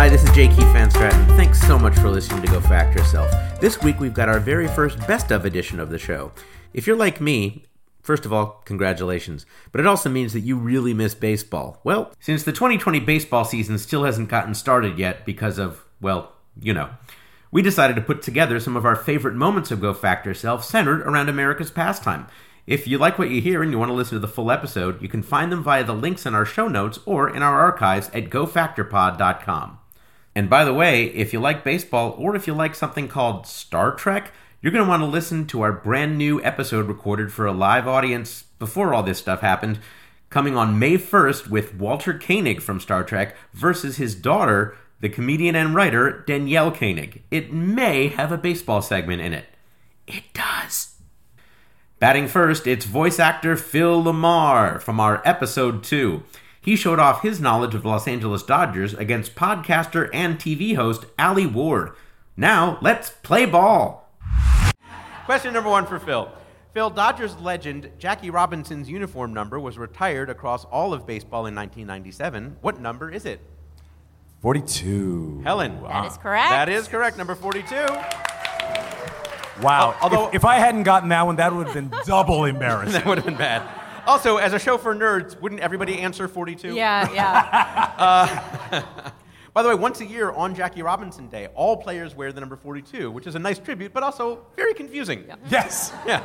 Hi, this is J. Keith Van Stratton. Thanks so much for listening to Go Fact Yourself. This week we've got our very first best of edition of the show. If you're like me, First of all, congratulations. But it also means that you really miss baseball. Well, since the 2020 baseball season still hasn't gotten started yet because of, well, you know, we decided to put together some of our favorite moments of Go Fact Yourself centered around America's pastime. If you like what you hear and you want to listen to the full episode, you can find them via the links in our show notes or in our archives at gofactorpod.com. And by the way, if you like baseball or if you like something called Star Trek, you're going to want to listen to our brand new episode recorded for a live audience before all this stuff happened, coming on May 1st with Walter Koenig from Star Trek versus his daughter, the comedian and writer Danielle Koenig. It may have a baseball segment in it. It does. Batting first, it's voice actor Phil Lamar from our episode 2. He showed off his knowledge of Los Angeles Dodgers against podcaster and TV host Ali Ward. Now, let's play ball. Question number one for Phil. Phil, Dodgers legend Jackie Robinson's uniform number was retired across all of baseball in 1997. What number is it? 42. Helen. That is correct. That is correct. Number 42. Wow. Al- although- if, if I hadn't gotten that one, that would have been double embarrassing. That would have been bad. Also, as a show for nerds, wouldn't everybody answer 42? Yeah, yeah. By the way, once a year on Jackie Robinson Day, all players wear the number 42, which is a nice tribute, but also very confusing. Yes. Yeah.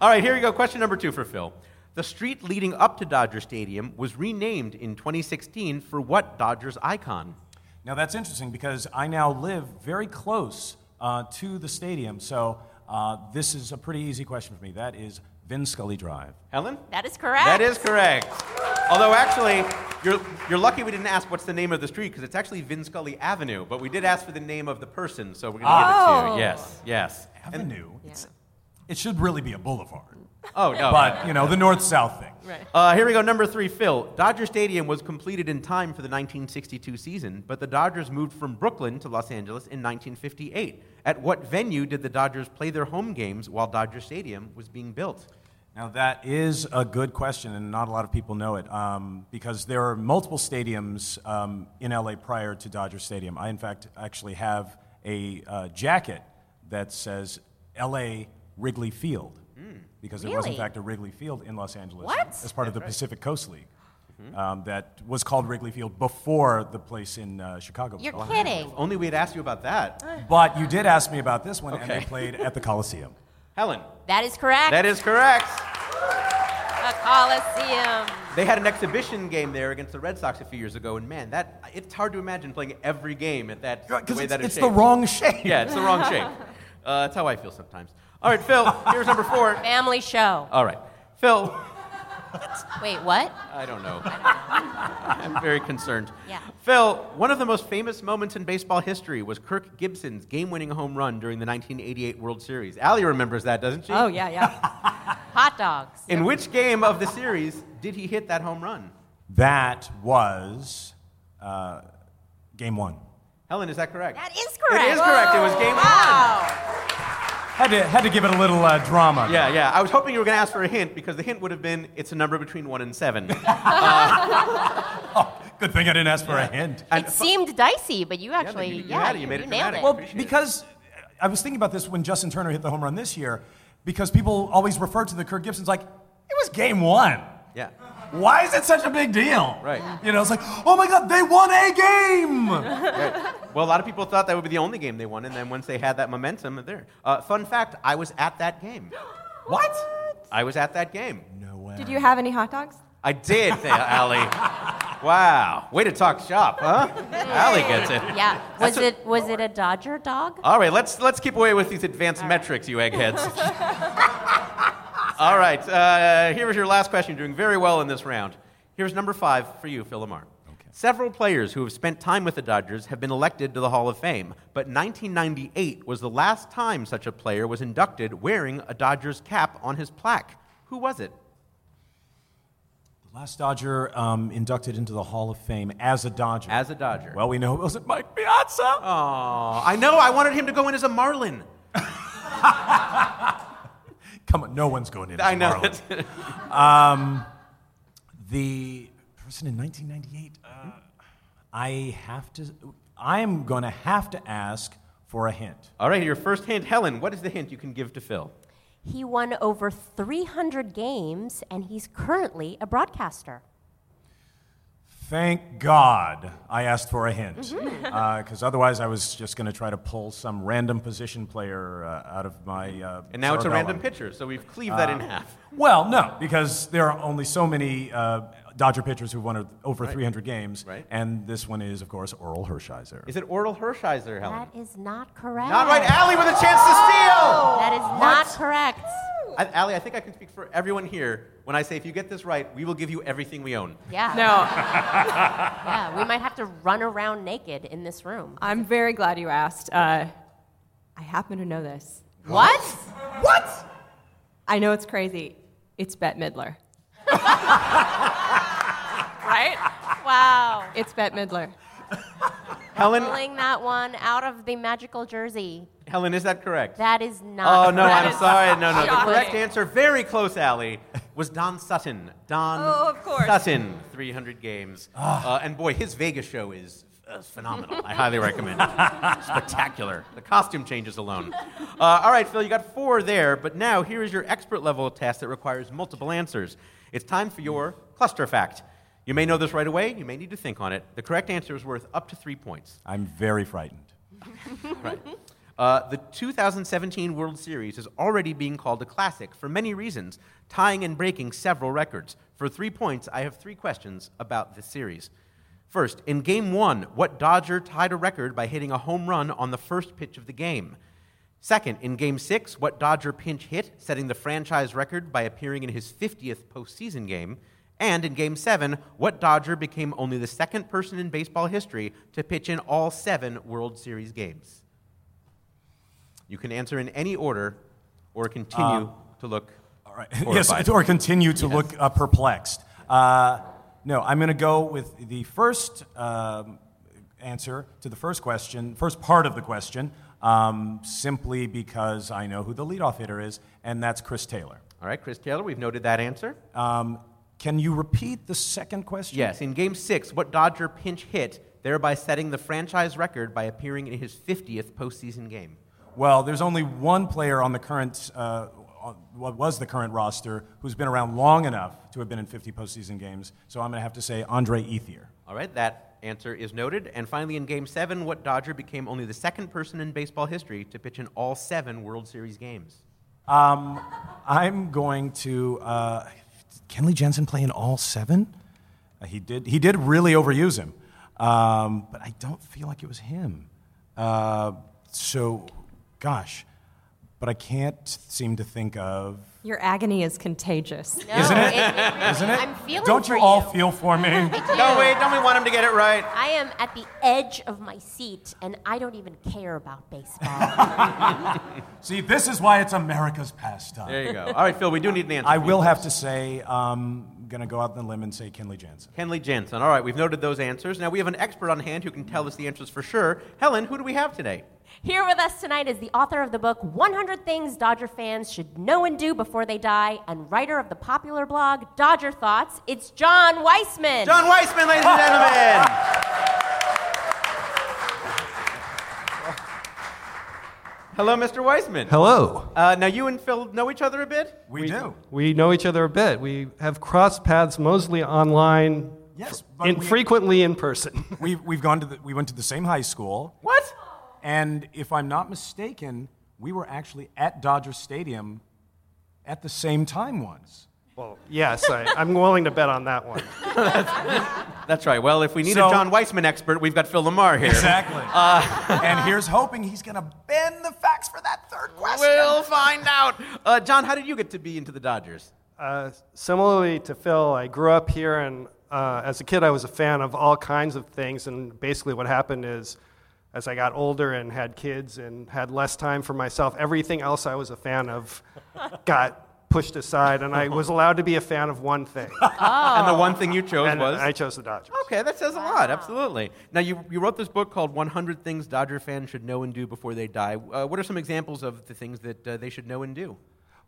All right, here we go. Question number two for Phil. The street leading up to Dodger Stadium was renamed in 2016 for what Dodgers icon? Now that's interesting because I now live very close uh, to the stadium, so uh, this is a pretty easy question for me. That is Vin Scully Drive. Helen? That is correct. That is correct. Although, actually, you're, you're lucky we didn't ask what's the name of the street because it's actually Vin Scully Avenue, but we did ask for the name of the person, so we're going to give it to Oh. you. Yes, yes. And- Avenue. It's, it should really be a boulevard, oh, no. but you know the north-south thing. Right. Uh, here we go, number three, Phil. Dodger Stadium was completed in time for the 1962 season, but the Dodgers moved from Brooklyn to Los Angeles in 1958. At what venue did the Dodgers play their home games while Dodger Stadium was being built? Now, that is a good question, and not a lot of people know it um, because there are multiple stadiums um, in LA prior to Dodger Stadium. I, in fact, actually have a uh, jacket that says LA Wrigley Field because there was, in Really? fact, a Wrigley Field in Los Angeles What? as part of the Pacific Coast League. Mm-hmm. Um, that was called Wrigley Field before the place in uh, Chicago. was You're called. kidding. If only we had asked you about that. But you did ask me about this one, and they Okay. played at the Coliseum. Helen. That is correct. That is correct. a coliseum. They had an exhibition game there against the Red Sox a few years ago, and man, that it's hard to imagine playing every game at that the Because way it's, that it's it's the shaped. wrong shape. Yeah, it's the wrong shape. Uh, that's how I feel sometimes. All right, Phil. Here's number four. Family show. All right, Phil. Wait, what? I don't know. I'm very concerned. Yeah. Phil, one of the most famous moments in baseball history was Kirk Gibson's game-winning home run during the 1988 World Series. Allie remembers that, doesn't she? Oh, yeah, yeah. Hot dogs. In which game of the series did he hit that home run? That was uh, game one. Helen, is that correct? That is correct. It is correct. It was game wow. Had to, had to give it a little uh, drama. Yeah, yeah. I was hoping you were going to ask for a hint because the hint would have been it's a number between one and seven. Uh, Oh, Good thing I didn't ask for a hint. And uh, It seemed dicey, but you but actually, you- you yeah, had it. You made it nailed dramatic. it. Well, Well, because I was thinking about this when Justin Turner hit the home run this year, because people always refer to the Kirk Gibson's like, it was game one. yeah. Why is it such a big deal? Right. You know, it's like, oh my God, they won a game. Well, a lot of people thought that would be the only game they won, and then once they had that momentum, there. Uh, fun fact: I was at that game. what? I was at that game. No way. Did you have any hot dogs? I did, say Allie. Wow. Way to talk shop, huh? Allie gets it. yeah. Was it was it a Dodger dog? All right, let's, let's keep away with these advanced metrics, you eggheads. All right, uh, here is your last question. You're doing very well in this round. Here's number five for you, Phil Lamar. Okay. Several players who have spent time with the Dodgers have been elected to the Hall of Fame, but 1998 was the last time such a player was inducted wearing a Dodgers cap on his plaque. Who was it? Last Dodger um, inducted into the Hall of Fame as a Dodger. As a Dodger. well, we know it wasn't Mike Piazza. Aw, I know, I wanted him to go in as a Marlin. Come on, no one's going in. Um, as I know. Marlon. The person in 1998. Uh, I have to. I am going to have to ask for a hint. All right, your first hint, Helen. What is the hint you can give to Phil? He won over 300 games, and he's currently a broadcaster. Thank God I asked for a hint, because otherwise I was just going to try to pull some random position player uh, out of my. Uh, And now it's a cerebellum. Uh, random pitcher, so we've cleaved that in half. Well, no, because there are only so many uh, Dodger pitchers who've won over 300 games, Right. and this one is, of course, Oral Hershiser. Is it Oral Hershiser, Helen? That is not correct. Not right. Allie with a chance to steal. That is not correct. I, Allie, I think I can speak for everyone here when I say if you get this right, we will give you everything we own. Yeah. No, Yeah, we might have to run around naked in this room. I'm very glad you asked. Uh, I happen to know this. What? What? I know it's crazy. It's Bette Midler. right? Wow. It's Bette Midler. Helen, Pulling that one out of the magical jersey. Helen, is that correct? That is not. oh no, correct. I'm sorry. No, no. The shocking. correct answer, very close, Allie, was Don Sutton. Don Oh, of course. Sutton, 300 games. Ah. Uh, and boy, his Vegas show is uh, phenomenal. I highly recommend it. Spectacular. The costume changes alone. Uh, all right, Phil, you got four there, but now here is your expert level test that requires multiple answers. It's time for your cluster fact. You may know this right away, you may need to think on it. The correct answer is worth up to three points. I'm very frightened. Uh, the 2017 World Series is already being called a classic for many reasons, tying and breaking several records. For three points, I have three questions about this series. First, in Game One, what Dodger tied a record by hitting a home run on the first pitch of the game? Second, in Game Six, what Dodger pinch hit, setting the franchise record by appearing in his 50th postseason game? And in Game 7, what Dodger became only the second person in baseball history to pitch in all seven World Series games? You can answer in any order or continue to look. Um, All right. Horrified. yes, or continue to look uh, perplexed. Uh, no, I'm going to go with the first um, answer to the first question, first part of the question, um, simply because I know who the leadoff hitter is, and that's Chris Taylor. All right, Chris Taylor, we've noted that answer. Um, can you repeat the second question? yes, in game six, what Dodger pinch hit, thereby setting the franchise record by appearing in his 50th postseason game? Well, there's only one player on the current, uh, on what was the current roster, who's been around long enough to have been in 50 postseason games. So I'm going to have to say Andre Ethier. All right, that answer is noted. And finally, in game seven, what Dodger became only the second person in baseball history to pitch in all seven World Series games? Um, I'm going to. Uh, can Lee Jensen play in all seven? Uh, he did. He did really overuse him, um, but I don't feel like it was him. Uh, so, gosh, but I can't seem to think of. Your agony is contagious. No, Isn't it? really- Isn't it? I'm feeling Don't for you all feel for me? No, wait, don't we want him to get it right? I am at the edge of my seat, and I don't even care about baseball. See, this is why it's America's pastime. There you go. All right, Phil, we do need an answer. I please. will have to say, um, gonna go out on the limb and say Kenley Jansen. Henley Jansen. All right, we've noted those answers. Now we have an expert on hand who can tell us the answers for sure. Helen, who do we have today? Here with us tonight is the author of the book 100 Things Dodger Fans Should Know and Do Before They Die and writer of the popular blog Dodger Thoughts. It's John Weissman. John Weissman, ladies and gentlemen. Hello, Mr. Weissman. Hello. Uh, now you and Phil know each other a bit. We, do. We know each other a bit. We have crossed paths mostly online Yes, but and we- frequently in person. We've, we've gone to the, we went to the same high school. What? And if I'm not mistaken, we were actually at Dodger Stadium at the same time once. yes, I, I'm willing to bet on that one. That's right. Well, if we need So- a John Weissman expert, we've got Phil Lamar here. Uh, Exactly. and here's hoping he's going to bend the facts for that third question. We'll find out. Uh, John, how did you get to be into the Dodgers? Uh, similarly to Phil, I grew up here, and uh, as a kid, I was a fan of all kinds of things. And basically, what happened is, as I got older and had kids and had less time for myself, everything else I was a fan of got pushed aside, and I was allowed to be a fan of one thing. And the one thing you chose and was I chose the Dodgers. Okay, that says a lot, absolutely. Now, you, you wrote this book called 100 Things Dodger Fans Should Know and Do Before They Die. Uh, what are some examples of the things that uh, they should know and do?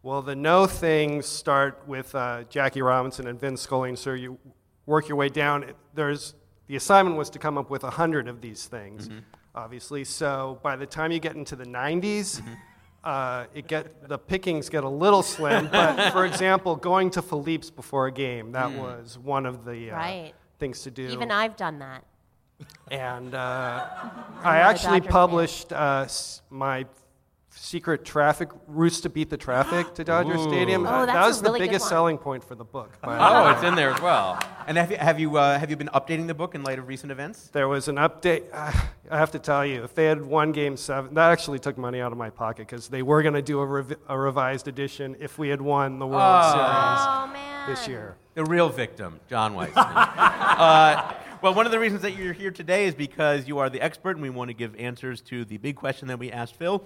Well, the no things start with uh, Jackie Robinson and Vin Scully, so you work your way down. There's the assignment was to come up with 100 of these things, obviously. So by the time you get into the 90s, uh, it get, the pickings get a little slim. But for example, going to Philippe's before a game, that was one of the uh, Right. things to do. Even I've done that. And uh, I not a actually Dodger fan. published uh, s- my secret traffic routes to beat the traffic to Dodger Stadium. Oh, Uh, that that's a was the really good biggest one. selling point for the book. But Oh, it's in there as well. And have you have you uh, have you been updating the book in light of recent events? there was an update. I have to tell you, if they had won Game Seven, that actually took money out of my pocket because they were going to do a, rev- a revised edition if we had won the World Oh man. Series this year. The real victim, John Weiss. uh, well, one of the reasons that you're here today is because you are the expert, and we want to give answers to the big question that we asked Phil.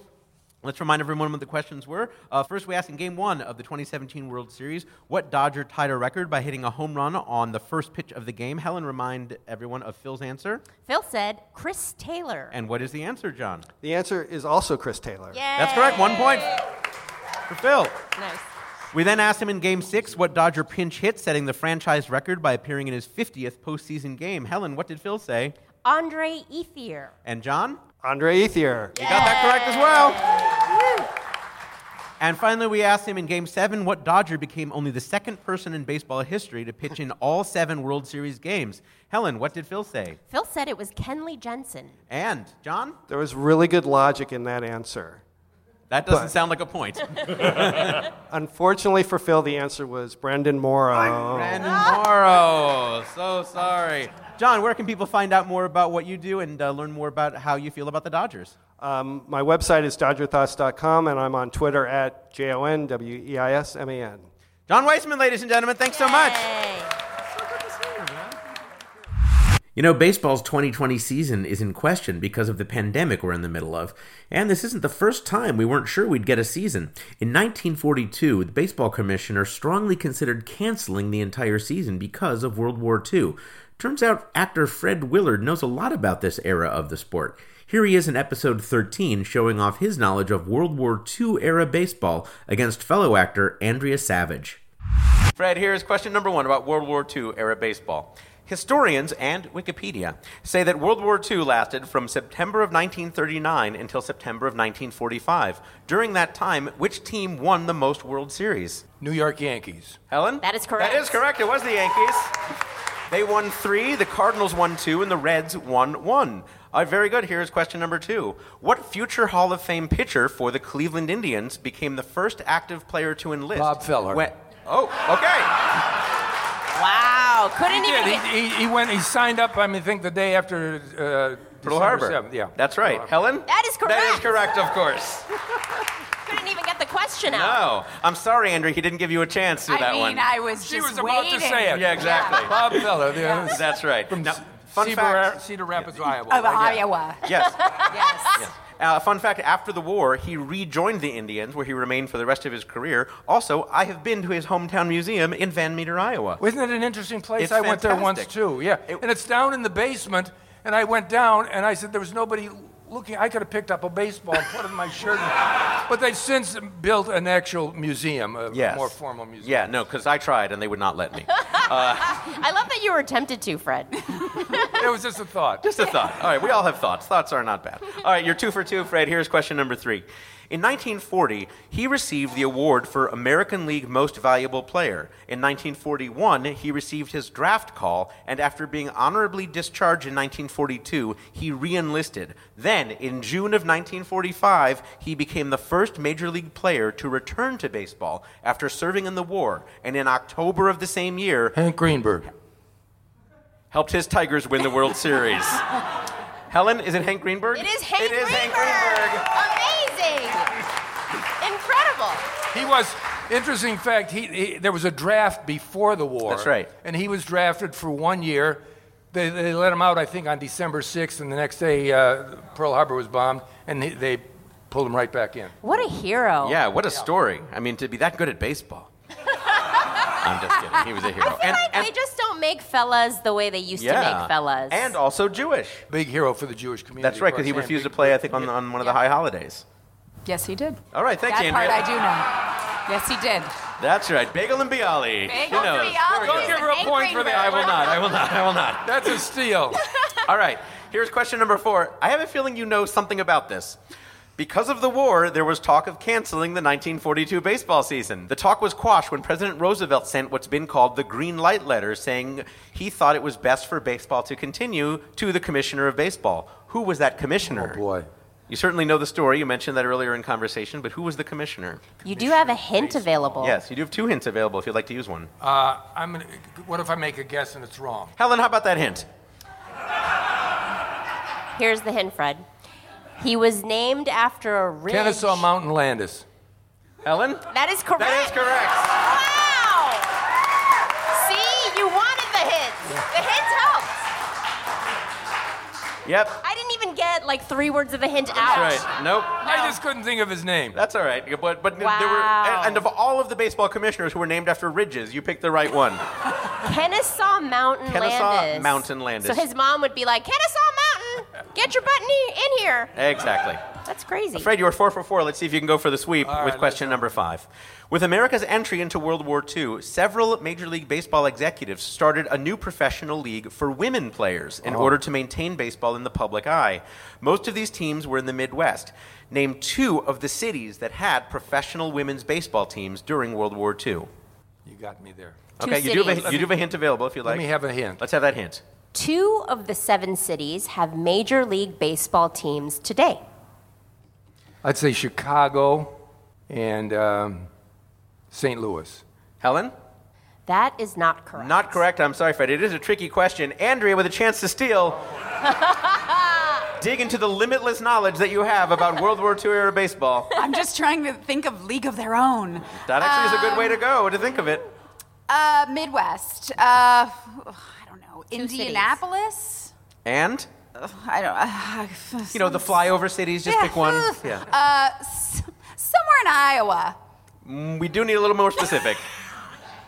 Let's remind everyone what the questions were. Uh, first, we asked in Game One of the 2017 World Series, what Dodger tied a record by hitting a home run on the first pitch of the game. Helen, remind everyone of Phil's answer. Phil said Chris Taylor. And what is the answer, John? The answer is also Chris Taylor. That's correct. One point for Phil. Nice. We then asked him in Game Six what Dodger pinch hit, setting the franchise record by appearing in his 50th postseason game. Helen, what did Phil say? Andre Ethier. And John? Andre Ethier. You got that correct as well. And finally, we asked him in Game 7 what Dodger became only the second person in baseball history to pitch in all seven World Series games. Helen, what did Phil say? Phil said it was Kenley Jensen. And John? There was really good logic in that answer. That doesn't sound like a point. Unfortunately for Phil, the answer was Brendan Morrow. Brandon Morrow. So sorry. John, where can people find out more about what you do and uh, learn more about how you feel about the Dodgers? Um, my website is dodgerthoughts.com, and I'm on Twitter at J O N W E I S M A N. John Weisman, ladies and gentlemen, thanks so much. Yay. You know, baseball's 2020 season is in question because of the pandemic we're in the middle of, and this isn't the first time we weren't sure we'd get a season. In 1942, the baseball commissioner strongly considered canceling the entire season because of World War II. Turns out actor Fred Willard knows a lot about this era of the sport. Here he is in episode 13 showing off his knowledge of World War II era baseball against fellow actor Andrea Savage. Fred, here is question number one about World War II era baseball. Historians and Wikipedia say that World War II lasted from September of 1939 until September of 1945. During that time, which team won the most World Series? New York Yankees. Helen? That is correct. That is correct. It was the Yankees. They won three, the Cardinals won two, and the Reds won one. Uh, very good. Here is question number two. What future Hall of Fame pitcher for the Cleveland Indians became the first active player to enlist? Bob Feller. when- oh, okay. Wow. Couldn't He, even. did. get- He- he- he went. He signed up. I mean, I think the day after uh, Pearl December Harbor. 7th. Yeah, That's right. Helen? That is That is correct. correct, of course. couldn't even get the question out. No. I'm sorry, Andrew. He didn't give you a chance to I that mean, one. I was She just was about waiting. to say it. Yeah, exactly. Bob Feller. The, That's right. From Now, C- fun Cedar, fact. Cedar Rapids, Iowa. Of right? Yeah. Iowa. uh, Yes. Yes. Uh, fun fact after the war, he rejoined the Indians, where he remained for the rest of his career. Also, I have been to his hometown museum in Van Meter, Iowa. Wasn't it an interesting place? It's I went there once fantastic. too. Yeah, It- and it's down in the basement. And I went down, and I said there was nobody looking. I could have picked up a baseball and put it in my shirt. But they've since built an actual museum, a Yes. more formal museum. Yeah, no, because I tried and they would not let me. Uh, I love that you were tempted to, Fred. It was just a thought. Just a thought. All right, we all have thoughts. Thoughts are not bad. All right, you're two for two, Fred. Here's question number three. In 1940, he received the award for American League Most Valuable Player. In 1941, he received his draft call, and after being honorably discharged in 1942, he re enlisted. Then, in June of 1945, he became the first major league player to return to baseball after serving in the war, and in October of the same year, Hank Greenberg. helped his Tigers win the World Series. Helen, is it Hank Greenberg? It is Hank It is Greenberg. Hank Greenberg. Amazing. Incredible. He was interesting fact. He, he there was a draft before the war. That's right. And he was drafted for one year. They, they let him out, I think, on December 6th, and the next day uh, Pearl Harbor was bombed, and they, they pulled him right back in. What a hero. Yeah, what a story. I mean, to be that good at baseball. I'm just kidding. He was a hero. I feel like we just don't make fellas the way they used to yeah. make fellas. And also Jewish. Big hero for the Jewish community. That's right, of because he course, and refused to big- play, I think, on, on one of the high holidays. Yes, he did. All right, thank that you, part Andrea. I do know. Yes, he did. That's right. Bagel and Bialy. Bagel Who knows? Bialy Don't is give an her a eighth point for grader. that. I will not. I will not. I will not. That's a steal. All right. Here's question number four. I have a feeling you know something about this. Because of the war, there was talk of canceling the 1942 baseball season. The talk was quashed when President Roosevelt sent what's been called the green light letter, saying he thought it was best for baseball to continue to the Commissioner of Baseball. Who was that commissioner? boy. You certainly know the story. You mentioned that earlier in conversation, but who was the commissioner? You do have a hint available. Yes, you do have two hints available if you'd like to use one. Uh, I'm gonna, what if I make a guess and it's wrong? Helen, how about that hint? Here's the hint, Fred. He was named after a ridge. Kennesaw Mountain Landis. Helen? That is correct. That is correct. Wow! See, you wanted the hints. The hints helped. Yep. I didn't even get like three words of a hint out. That's right. Nope. I just couldn't think of his name. That's all right. But but there were Wow. and, and of all of the baseball commissioners who were named after ridges, you picked the right one. Kennesaw Mountain Kennesaw Landis. Mountain Landis. So his mom would be like, Kennesaw Mountain, get your butt in he- in here. exactly. That's crazy. Fred, you were four for four. Let's see if you can go for the sweep right, with let's question number five. With America's entry into World War II, several Major League Baseball executives started a new professional league for women players Oh. in order to maintain baseball in the public eye. Most of these teams were in the Midwest. Name two of the cities that had professional women's baseball teams during World War II. You got me there. Two okay, you do, have cities. a, you do have a hint available if you like. Let me have a hint. Let's have that hint. Two of the seven cities have Major League Baseball teams today. I'd say Chicago and um, St. Louis. Helen? That is not correct. Not correct. I'm sorry, Fred. It is a tricky question. Andrea with a chance to steal. Dig into the limitless knowledge that you have about World War II era baseball. I'm just trying to think of League of Their Own. That actually is a good way to go to think of it. Uh, Midwest. Uh, I don't know. cities. Indianapolis. And Ugh, I don't. Uh, you know the flyover cities. Just pick one. Yeah. Uh, s- somewhere in Iowa. Mm, We do need a little more specific.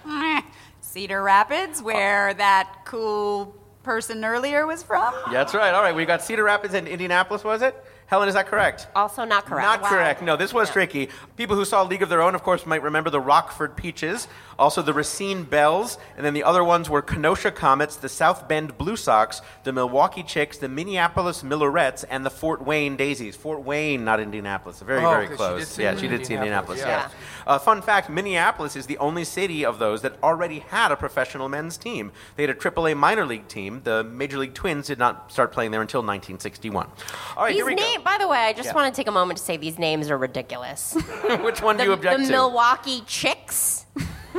Meh. Cedar Rapids, Oh. where that cool person earlier was from. Yeah, That's right. All right, we got Cedar Rapids and Indianapolis. Was it? Helen, is that correct? Also not correct. Not correct. No, this was tricky. People who saw League of Their Own, of course, might remember the Rockford Peaches, also the Racine Bells, and then the other ones were Kenosha Comets, the South Bend Blue Sox, the Milwaukee Chicks, the Minneapolis Millerettes, and the Fort Wayne Daisies. Fort Wayne, not Indianapolis. Very, Oh, very 'cause she close. did say yeah, she did see Indianapolis. Indianapolis, Yeah. Uh, fun fact: Minneapolis is the only city of those that already had a professional men's team. They had a AAA minor league team. The Major League Twins did not start playing there until 1961. All right, These here we name, by the way, I just Yeah. want to take a moment to say these names are ridiculous. go. Which one the, do you object the to? Milwaukee Chicks,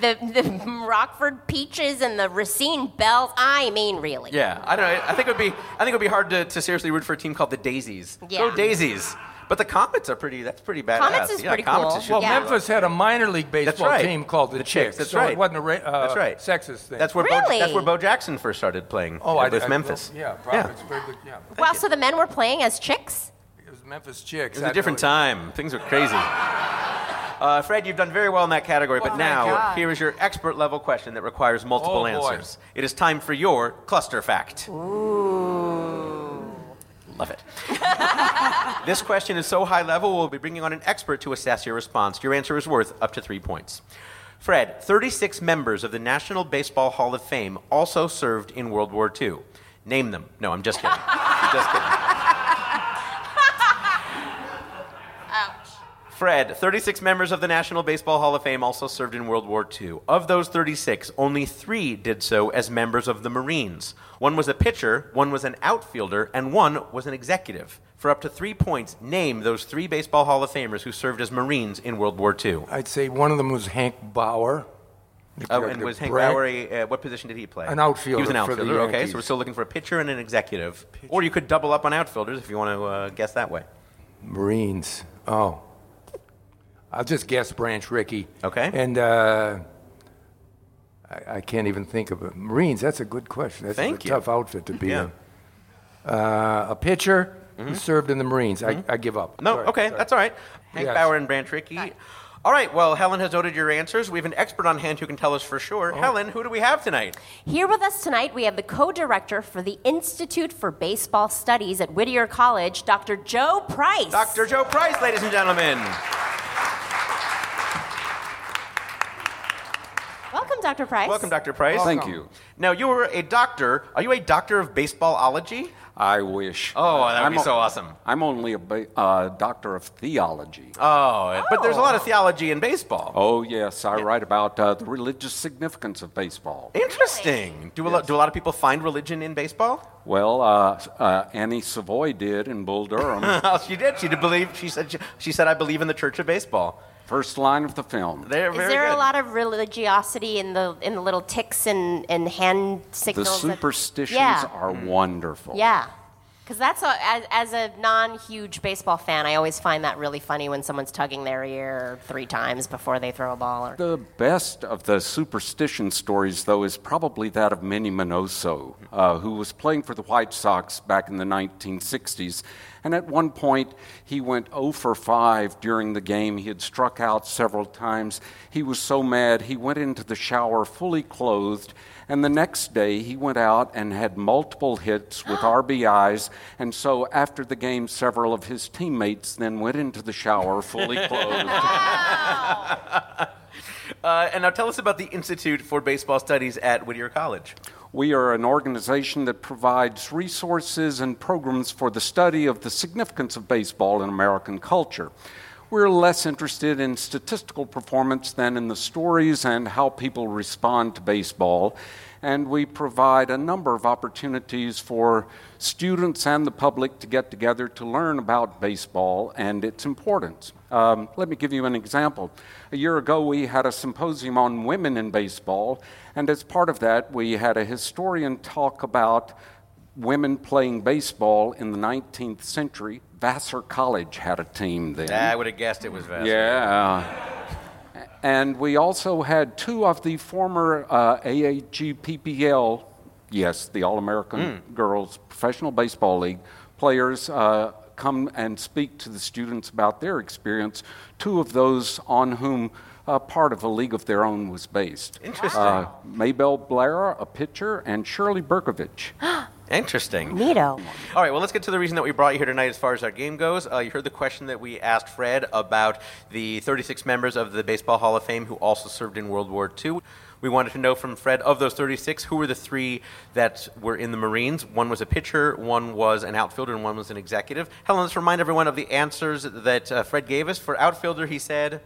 the the Rockford Peaches, and the Racine Bells. I mean, really. Yeah, I don't know. I think it would be I think it would be hard to, to seriously root for a team called the Daisies. Go Yeah. Daisies. But the Comets are pretty. That's pretty badass. Comets is yeah, pretty Comets cool. is- Well, Yeah. Memphis had a minor league That's baseball right. team called the, Chicks. That's so right. It wasn't a ra- uh, that's right. sexist thing. That's where Bo, Really? that's where Bo Jackson first started playing. oh, uh, I with I- Memphis. yeah, probably. It's very good. Yeah, Well, so the men were playing as chicks. it was Memphis Chicks. It was a different time. Things were crazy. Uh, Fred, you've done very well in that category, but Oh, my now God. here is your expert level question that requires multiple Oh, boy. answers. It is time for your cluster fact. Love it. this question is so high level, we'll be bringing on an expert to assess your response. Your answer is worth up to three points. Fred, 36 members of the National Baseball Hall of Fame also served in World War II. Name them. No, I'm just kidding. I'm just kidding. Fred, 36 members of the National Baseball Hall of Fame also served in World War II. Of those 36, only three did so as members of the Marines. One was a pitcher, one was an outfielder, and one was an executive. For up to three points, name those three Baseball Hall of Famers who served as Marines in World War II. I'd say one of them was Hank Bauer. Oh, and was Hank Bauer a, uh, what position did he play? An outfielder He was an for the outfielder. okay, Yankees. so we're still looking for a pitcher and an executive. Or you could double up on outfielders if you want to uh, guess that way. Marines. Oh. I'll just guess Branch Rickey. Okay. And uh, I, I can't even think of it. Marines, that's a good question. That's Thank a you. tough outfit to be Yeah. Mm-hmm. in. Uh, a pitcher who served in the Marines. I, I give up. No, Sorry, okay, sorry. that's all right. Hank Yes. Bauer and Branch Rickey. All right, well, Helen has noted your answers. We have an expert on hand who can tell us for sure. Oh. Helen, who do we have tonight? Here with us tonight, we have the co-director for the Institute for Baseball Studies at Whittier College, Dr. Joe Price. Dr. Joe Price, ladies and gentlemen. Welcome, Dr. Price. Welcome, Dr. Price. Thank you. Now, you were a doctor. Are you a doctor of baseballology? I wish. Oh, that would I'm be so awesome. I'm only a ba- uh, doctor of theology. Oh, it- but there's a lot of theology in baseball. Oh, yes. I write about uh, the religious significance of baseball. Interesting. Do a, lo- do a lot of people find religion in baseball? Well, uh, uh, Annie Savoy did in Bull Mm. Durham. oh, she did. She did believe. She said. She, she said, "I believe in the Church of Baseball." First line of the film. They're Is very there good. a lot of religiosity in the in the little ticks and, and hand the signals? that- superstitions Yeah. are wonderful. Yeah. Because that's a, as, as a non huge baseball fan, I always find that really funny when someone's tugging their ear three times before they throw a ball. Or, The best of the superstition stories, though, is probably that of Minnie Minoso, uh, who was playing for the White Sox back in the 1960s. And at one point, he went 0 for 5 during the game. He had struck out several times. He was so mad, he went into the shower fully clothed. And the next day, he went out and had multiple hits with RBIs. And so, after the game, several of his teammates then went into the shower fully clothed. Uh, and now tell us about the Institute for Baseball Studies at Whittier College. We are an organization that provides resources and programs for the study of the significance of baseball in American culture. We're less interested in statistical performance than in the stories and how people respond to baseball. And we provide a number of opportunities for students and the public to get together to learn about baseball and its importance. Um, let me give you an example. A year ago, we had a symposium on women in baseball, and as part of that, we had a historian talk about women playing baseball in the 19th century. Vassar College had a team then. I would have guessed it was Vassar. Yeah. And we also had two of the former uh, AAGPPL, yes, the All American Hmm. Girls Professional Baseball League players, uh, come and speak to the students about their experience. Two of those on whom uh, part of a league of their own was based. Interesting. Uh, Maybelle Blair, a pitcher, and Shirley Berkovich. Interesting. Neato. All right, well, let's get to the reason that we brought you here tonight as far as our game goes. Uh, you heard the question that we asked Fred about the 36 members of the Baseball Hall of Fame who also served in World War II. We wanted to know from Fred of those 36, who were the three that were in the Marines? One was a pitcher, one was an outfielder, and one was an executive. Helen, let's remind everyone of the answers that uh, Fred gave us. For outfielder, he said,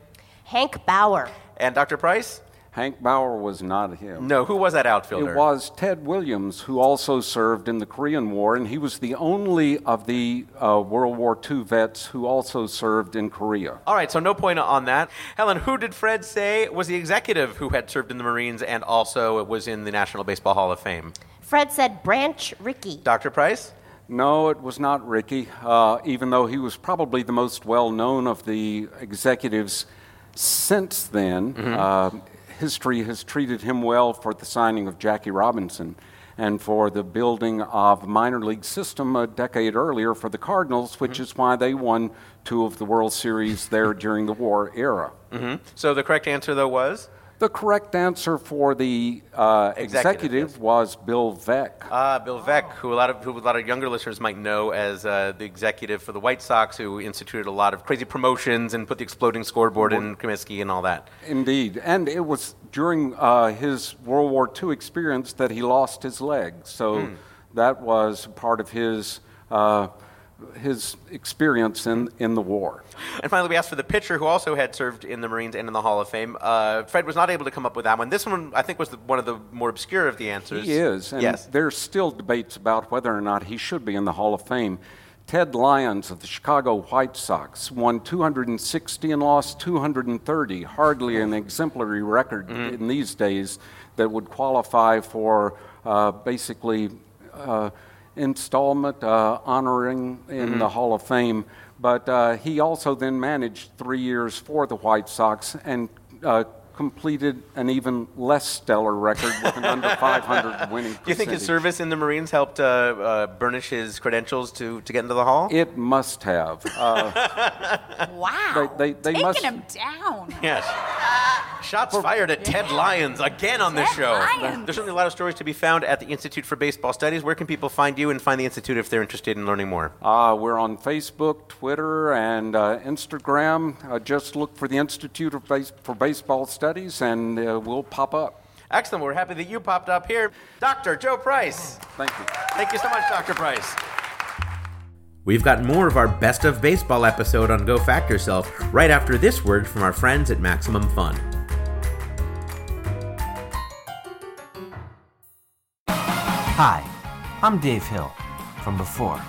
Hank Bauer. and Dr. Price? Hank Bauer was not him. No, who was that outfielder? It was Ted Williams, who also served in the Korean War, and he was the only of the uh, World War II vets who also served in Korea. All right, so no point on that. Helen, who did Fred say was the executive who had served in the Marines and also was in the National Baseball Hall of Fame? Fred said Branch Rickey. Dr. Price? No, it was not Ricky, uh, even though he was probably the most well known of the executives since then. Mm-hmm. Uh, history has treated him well for the signing of Jackie Robinson and for the building of minor league system a decade earlier for the Cardinals, Mm-hmm. which is why they won two of the World Series there during the war era. hmm So the correct answer, though, was? The correct answer for the uh, Executive, executive, was Bill Veck. Ah, Bill Veck, who a lot of who a lot of younger listeners might know as uh, the executive for the White Sox, who instituted a lot of crazy promotions and put the exploding scoreboard in Comiskey and all that. Indeed. And it was during uh, his World War II experience that he lost his leg. So that was part of his, uh, his experience in, in the war. And finally, we asked for the pitcher who also had served in the Marines and in the Hall of Fame. Uh, Fred was not able to come up with that one. This one, I think, was the, one of the more obscure of the answers. He is. And yes. there's still debates about whether or not he should be in the Hall of Fame. Ted Lyons of the Chicago White Sox won 260 and lost 230, hardly an exemplary record Mm-hmm. in these days that would qualify for uh, basically uh, installment uh, honoring in Mm-hmm. the Hall of Fame. But uh, he also then managed three years for the White Sox and uh, completed an even less stellar record with an under 500 winning percentage. Do you think his service in the Marines helped uh, uh, burnish his credentials to, to get into the Hall? It must have. Uh, Wow. They- they- they Taking must- him down. Yes. Shots fired at Ted Lyons again on this Ted show. Lyons. There's certainly a lot of stories to be found at the Institute for Baseball Studies. Where can people find you and find the Institute if they're interested in learning more? uh, we're on Facebook, Twitter, and uh, Instagram. Uh, just look for the Institute of Base- for Baseball Studies, and uh, we'll pop up. Excellent. We're happy that you popped up here. Dr. Joe Price. Thank you. Thank you so much, Dr. Price. We've got more of our Best of Baseball episode on Go Fact Yourself right after this word from our friends at Maximum Fun. Hi, I'm Dave Hill from before,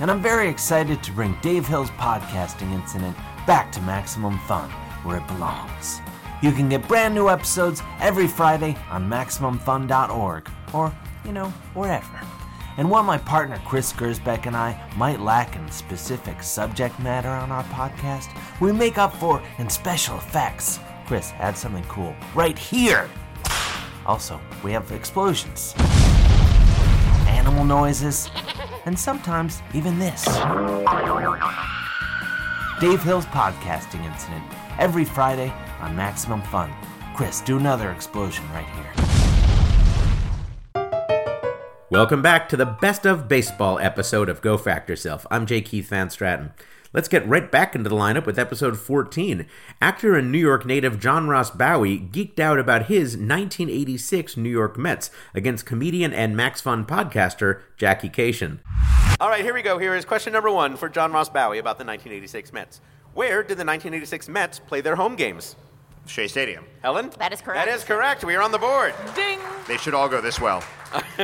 and I'm very excited to bring Dave Hill's podcasting incident back to Maximum Fun, where it belongs. You can get brand new episodes every Friday on MaximumFun.org or, you know, wherever. And while my partner Chris Gersbeck and I might lack in specific subject matter on our podcast, we make up for in special effects. Chris had something cool right here. Also, we have explosions, animal noises, and sometimes even this. Dave Hill's podcasting incident every Friday on Maximum Fun. Chris, do another explosion right here. Welcome back to the Best of Baseball episode of Go Fact Yourself. I'm J. Keith Van Stratton. Let's get right back into the lineup with episode 14. Actor and New York native John Ross Bowie geeked out about his 1986 New York Mets against comedian and Max Fun podcaster Jackie Cation. All right, here we go. Here is question number one for John Ross Bowie about the 1986 Mets. Where did the 1986 Mets play their home games? Shea Stadium. Helen? That is correct. That is correct. We are on the board. Ding! They should all go this well.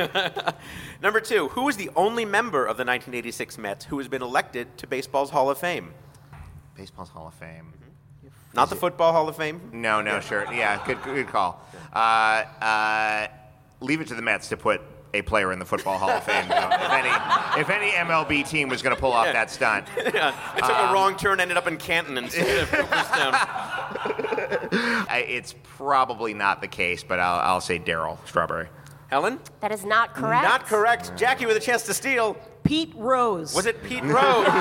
number two, who is the only member of the 1986 Mets who has been elected to Baseball's Hall of Fame? Baseball's Hall of Fame. Not the Football Hall of Fame? No, no, sure. Yeah, good, good call. Uh, uh, leave it to the Mets to put a player in the Football Hall of Fame. though. if, any, if any MLB team was going to pull off that stunt. yeah, it took a Um, wrong turn, ended up in Canton instead of Cooperstown. I, it's probably not the case, but I'll, I'll say Daryl Strawberry. Helen? That is not correct. Not correct. Jackie with a chance to steal. Pete Rose. Was it Pete Rose? it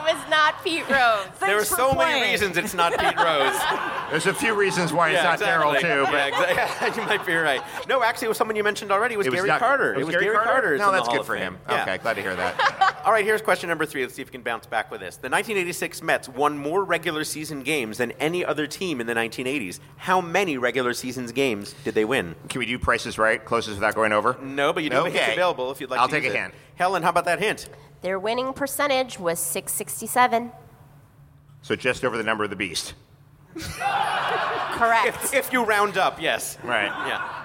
was not Pete Rose. there are so many reasons it's not Pete Rose. There's a few reasons why it's Yeah, not exactly. Daryl, too. But Yeah, exactly. you might be right. No, actually, it was someone you mentioned already. It was, It was Gary not- Carter. it was Gary Carter? Carter's No, in the that's Hall good of for Fame. him. Yeah. Okay, glad to hear that. All right, here's question number three. Let's see if you can bounce back with this. The 1986 Mets won more regular season games than any other team in the 1980s. How many regular seasons games did they win? Can we do prices right, closest without going over? No, but you do have a hint Okay. available if you'd like I'll to take use a it. hint. Helen, how about that hint? Their winning percentage was 667. So just over the number of the beast. Correct. If, if you round up, yes. Right. Yeah.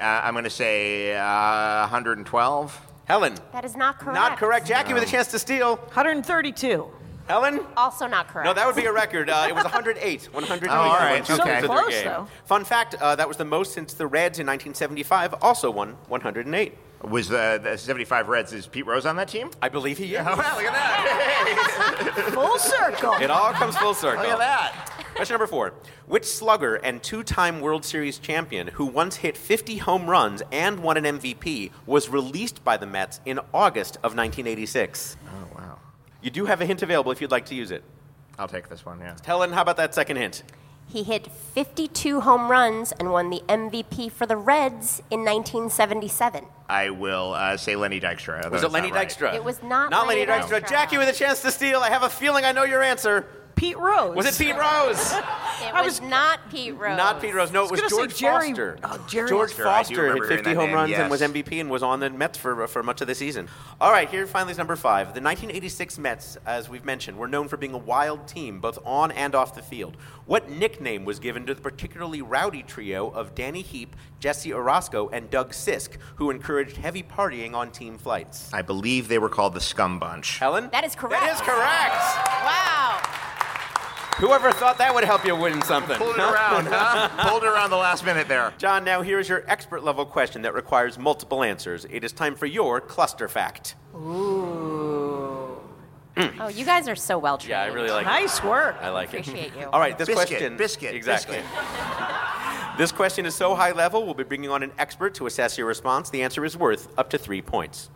Uh, I'm going to say uh, 112. Helen. That is not correct. Not correct. Jackie with a chance to steal. 132. Helen? Also not correct. No, that would be a record. Uh, it was 108. 108. Oh, all when right. two So thirds of their close, game. though. Fun fact uh, that was the most since the Reds in 1975 also won 108. Was the, the 75 Reds, is Pete Rose on that team? I believe he is. Oh, wow, look at that. Full circle. It all comes full circle. Look at that. Question number four. Which slugger and two time World Series champion who once hit 50 home runs and won an MVP was released by the Mets in August of 1986? Oh, wow. You do have a hint available if you'd like to use it. I'll take this one, yeah. Helen, how about that second hint? He hit 52 home runs and won the MVP for the Reds in 1977. I will uh, say Lenny Dykstra. although Was it it's Lenny not right. Dykstra? It was not, Not Lenny Lenny Dykstra. Jackie with a chance to steal. I have a feeling I know your answer. Pete Rose. Was it Pete Rose? It I was, was- not Pete Rose. Not Pete Rose. No, it was, was gonna George say Jerry- Foster. oh, Jerry George Foster. I do Foster hit remember hearing 50 that home name, runs and yes. was MVP and was on the Mets for, uh, for much of the season. All right, here finally is number five. The 1986 Mets, as we've mentioned, were known for being a wild team, both on and off the field. What nickname was given to the particularly rowdy trio of Danny Heap, Jesse Orozco, and Doug Sisk, who encouraged heavy partying on team flights? I believe they were called the Scum Bunch. Helen? That is correct. That is correct. Wow. Whoever thought that would help you win something? Pulled it huh? around, huh? Pulled it around the last minute there. John, now here's your expert level question that requires multiple answers. It is time for your cluster fact. Ooh. Oh, you guys are so well trained. Yeah, I really like it. Nice work. I like Appreciate it. you. All right, this Biscuit, question. biscuit, Exactly. biscuit. this question is so high level, we'll be bringing on an expert to assess your response. The answer is worth up to three points.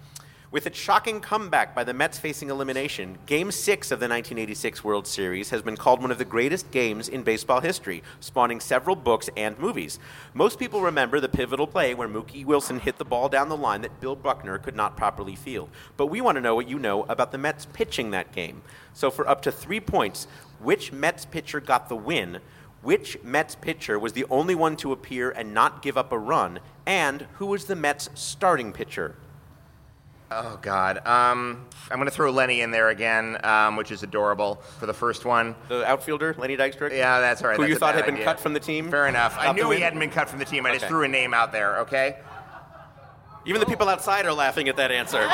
With its shocking comeback by the Mets facing elimination, Game 6 of the 1986 World Series has been called one of the greatest games in baseball history, spawning several books and movies. Most people remember the pivotal play where Mookie Wilson hit the ball down the line that Bill Buckner could not properly field. But we want to know what you know about the Mets pitching that game. So, for up to three points, which Mets pitcher got the win Which Mets pitcher was the only one to appear and not give up a run? And who was the Mets starting pitcher? Oh God. Um, I'm going to throw Lenny in there again, um, which is adorable for the first one. The outfielder, Lenny Dykstra. Yeah, that's all right. Who That's you a thought bad had been idea. cut from the team? Fair enough. Out I the knew he window? hadn't been cut from the team. I just Okay. threw a name out there. Okay. Even the people outside are laughing at that answer.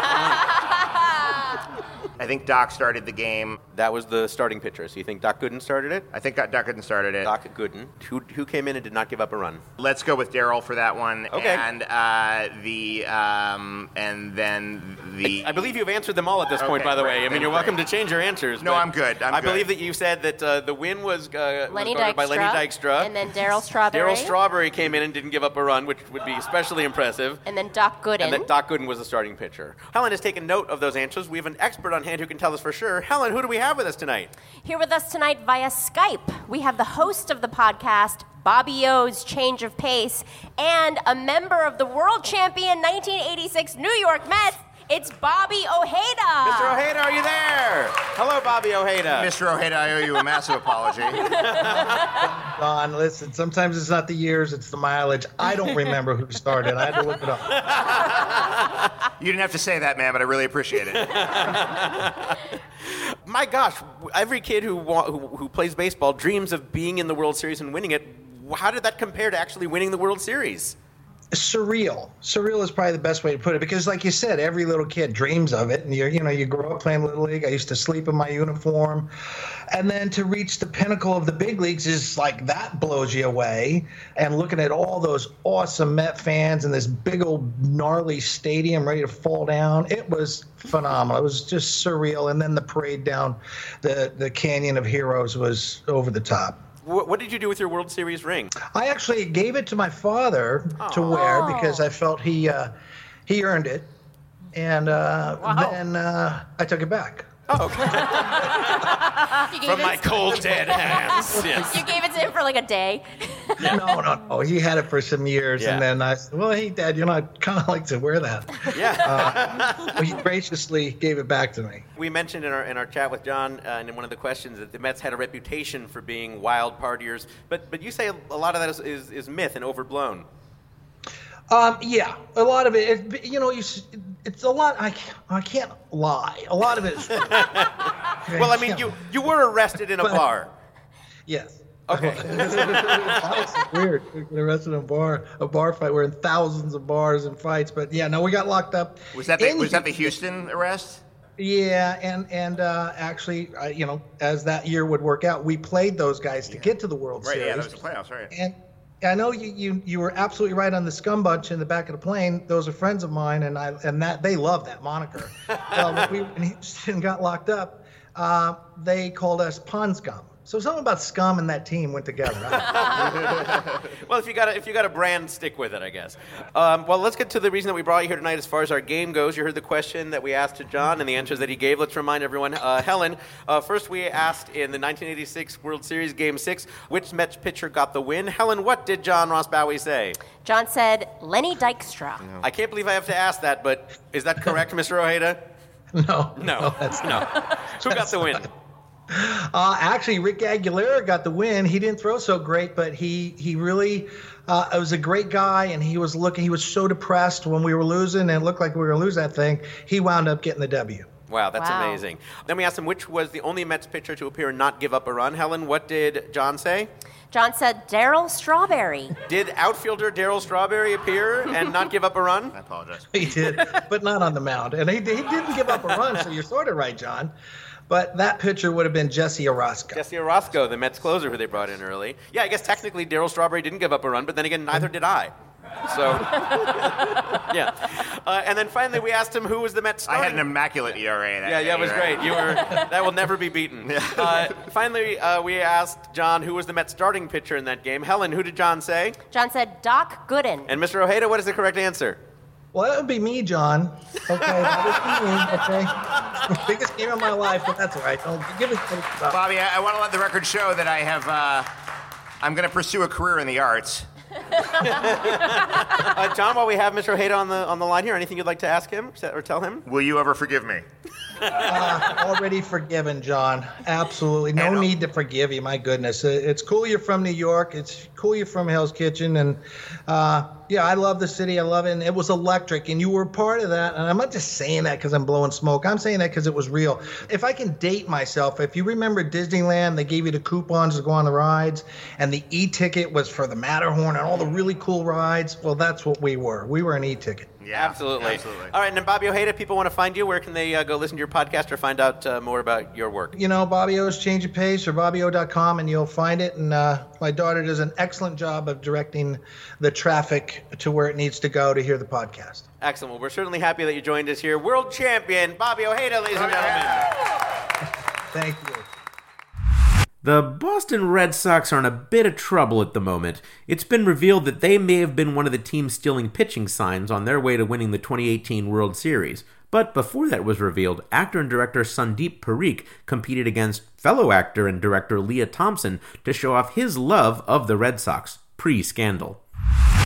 I think Doc started the game. That was the starting pitcher. So you think Doc Gooden started it? I think Doc Gooden started it. Doc Gooden. Who, who came in and did not give up a run? Let's go with Daryl for that one. Okay. And uh, the um, and then the. I believe you've answered them all at this point, Okay, by the way. great, I mean, then you're great. welcome to change your answers. No, but I'm good, I'm I good. believe that you said that uh, the win was, uh, was Lenny guarded by Lenny Dykstra, Dykstra. and then Daryl Strawberry, Daryl Strawberry came in and didn't give up a run, which would be especially impressive. and then Doc Gooden. And that Doc Gooden was the starting pitcher. Helen has taken note of those answers. We have an expert on hand who can tell us for sure. Helen, who do we have with us tonight? Here with us tonight via Skype, we have the host of the podcast, Bobby O's Change of Pace, and a member of the world champion 1986 New York Mets. It's Bobby Ojeda. Mr. Ojeda, are you there? Hello, Bobby Ojeda. Mr. Ojeda, I owe you a massive apology. Don, listen, sometimes it's not the years, it's the mileage. I don't remember who started. I had to look it up. You didn't have to say that, man, but I really appreciate it. My gosh, every kid who, wa- who who plays baseball dreams of being in the World Series and winning it. How did that compare to actually winning the World Series? surreal. Surreal is probably the best way to put it because, like you said, every little kid dreams of it. And you you know you grow up playing little league. I used to sleep in my uniform, and then to reach the pinnacle of the big leagues is like that blows you away. And looking at all those awesome Met fans and this big old gnarly stadium ready to fall down, it was phenomenal. It was just surreal. And then the parade down the the Canyon of Heroes was over the top. What, what did you do with your World Series ring? I actually gave it to my father to wear because I felt he uh, he earned it, and uh, then uh, I took it back. You gave it- You gave it to him for like a day. no, no, no. He had it for some years, and then I said, "Well, hey, Dad, you know, I kind of like to wear that." Yeah. Uh, he graciously gave it back to me. We mentioned in our in our chat with John uh, and in one of the questions that the Mets had a reputation for being wild partiers, but but you say a lot of that is, is, is myth and overblown. Um, yeah, a lot of it, it you know, you, s- it's a lot. I, can't- I can't lie. A lot of it is. Well, I mean, you you were arrested in a bar. Yes. Okay. weird. We got arrested in a bar, a bar fight. We're in thousands of bars and fights, but yeah, no, we got locked up. Was that the, in was that the Houston arrest? Yeah, and and uh, actually, uh, you know, as that year would work out, we played those guys to get to the World Right, Series. yeah, that was the playoffs, right? And I know you, you you were absolutely right on the scum bunch in the back of the plane. Those are friends of mine, and I and that they love that moniker. well, when we were in Houston and got locked up, uh, they called us pond scum. So something about scum and that team went together. well, if you got a, if you got a brand, stick with it, I guess. Um, well, let's get to the reason that we brought you here tonight. As far as our game goes, you heard the question that we asked to John and the answers that he gave. Let's remind everyone, uh, Helen. Uh, first, we asked in the 1986 World Series Game Six, which Mets pitcher got the win? Helen, what did John Ross Bowie say? John said, Lenny Dykstra. I can't believe I have to ask that, but is that correct, Mr. Ojeda? No. No. no. Who got the win? Uh, actually, Rick Aguilera got the win. He didn't throw so great, but he he really uh, was a great guy, and he was looking. He was so depressed when we were losing, and it looked like we were going to lose that thing. He wound up getting the W. Wow, that's Wow. amazing. Then we asked him which was the only Mets pitcher to appear and not give up a run. Helen, what did John say? John said, Daryl Strawberry. Did outfielder Daryl Strawberry appear and not give up a run? I apologize. He did, but not on the mound, and he, he didn't give up a run. So you're sort of right, John. But that pitcher would have been Jesse Orozco. Jesse Orozco, the Mets closer who they brought in early. Yeah, I guess technically Daryl Strawberry didn't give up a run, but then again, neither did I. So, yeah. Uh, and then finally, we asked him who was the Mets. Starting. I had an immaculate E ERA. That yeah, day, yeah, it was right? great. You were that will never be beaten. Uh, finally, uh, we asked John who was the Mets starting pitcher in that game. Helen, who did John say? John said, Doc Gooden. And Mr. Ojeda, what is the correct answer? Well, that would be me, John. Okay, that would be me. Okay, biggest game of my life, but that's all right. I'll give it. Bobby, I, I want to let the record show that I have. Uh, I'm going to pursue a career in the arts. uh, John, while we have Mr. Ojeda on the on the line here, anything you'd like to ask him or tell him? Will you ever forgive me? Uh, Already forgiven, John. Absolutely. No need to forgive you. My goodness. Uh, It's cool you're from New York. It's cool you're from Hell's Kitchen. And uh, yeah, I love the city. I love it. And it was electric. And you were part of that. And I'm not just saying that because I'm blowing smoke. I'm saying that because it was real. If I can date myself, if you remember Disneyland, they gave you the coupons to go on the rides. And the e ticket was for the Matterhorn and all the really cool rides. Well, that's what we were. We were an e ticket. Yeah, absolutely. All right, and then Bobby Ojeda, if people want to find you. Where can they uh, go listen to your podcast or find out uh, more about your work? you know, Bobby O's Change of Pace or BobbyO.com, and you'll find it. And uh, my daughter does an excellent job of directing the traffic to where it needs to go to hear the podcast. Excellent. Well, we're certainly happy that you joined us here. World champion Bobby Ojeda, ladies and gentlemen. Thank you. The Boston Red Sox are in a bit of trouble at the moment. It's been revealed that they may have been one of the teams stealing pitching signs on their way to winning the 2018 World Series. But before that was revealed, actor and director Sandeep Parikh competed against fellow actor and director Leah Thompson to show off his love of the Red Sox pre scandal.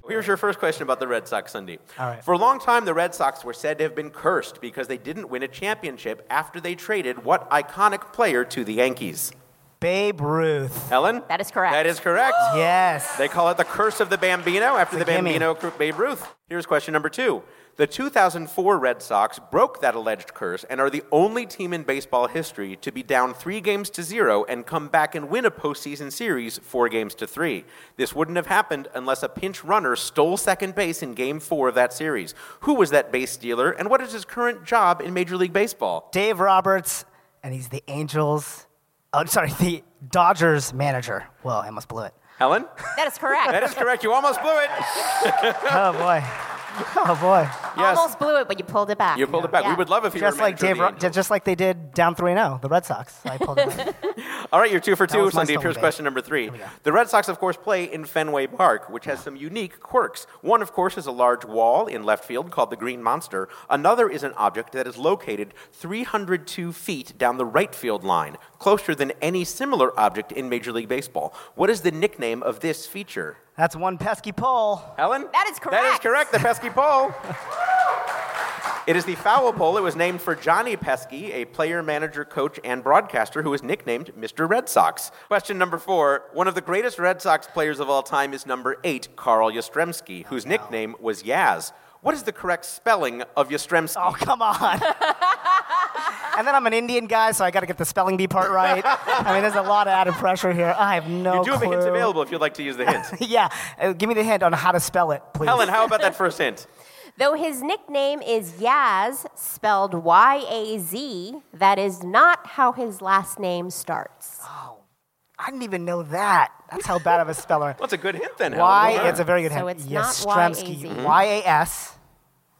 Here's your first question about the Red Sox, Sunday. All right. For a long time, the Red Sox were said to have been cursed because they didn't win a championship after they traded what iconic player to the Yankees? Babe Ruth. Ellen? That is correct. That is correct. yes. They call it the curse of the Bambino after the, a gimme. Bambino cr- Babe Ruth. Here's question number two. The 2004 Red Sox broke that alleged curse and are the only team in baseball history to be down three games to zero and come back and win a postseason series four games to three. This wouldn't have happened unless a pinch runner stole second base in game four of that series. Who was that base stealer and what is his current job in Major League Baseball? Dave Roberts, and he's the Angels. Oh, sorry, the Dodgers manager. Whoa, I almost blew it. Helen? That is correct. That is correct. You almost blew it. Oh boy. Oh boy. Almost blew it, but you pulled it back. You pulled it back. We would love if you just were like manager of Dave, the Ro- just like they did down three and zero, the Red Sox. I pulled it back. All right, you're two for That two. was my Sunday, here's stomach. question number three. The Red Sox, of course, play in Fenway Park, which has some unique quirks. One, of course, is a large wall in left field called the Green Monster. Another is an object that is located 302 feet down the right field line, closer than any similar object in Major League Baseball. What is the nickname of this feature? That's one pesky pole. Ellen? That is correct. That is correct, the pesky pole. It is the foul pole. It was named for Johnny Pesky, a player, manager, coach, and broadcaster who was nicknamed Mr. Red Sox. Question number four. One of the greatest Red Sox players of all time is number eight, Carl Yastrzemski, whose nickname was Yaz. What is the correct spelling of Yastrzemski? Oh, come on. And then I'm an Indian guy, so I got to get the spelling bee part right. I mean, there's a lot of added pressure here. I have no You do have a hint clue. available if you'd like to use the hint. yeah, uh, give me the hint on how to spell it, please. Helen, how about that first hint? Though his nickname is Yaz, spelled Y A Z, that is not how his last name starts. Oh, I didn't even know that. That's how bad of a speller. What's a good hint then? Helen? Well Why? done. It's a very good hint. it's not Yastremski. Y-A-Z. Y A S.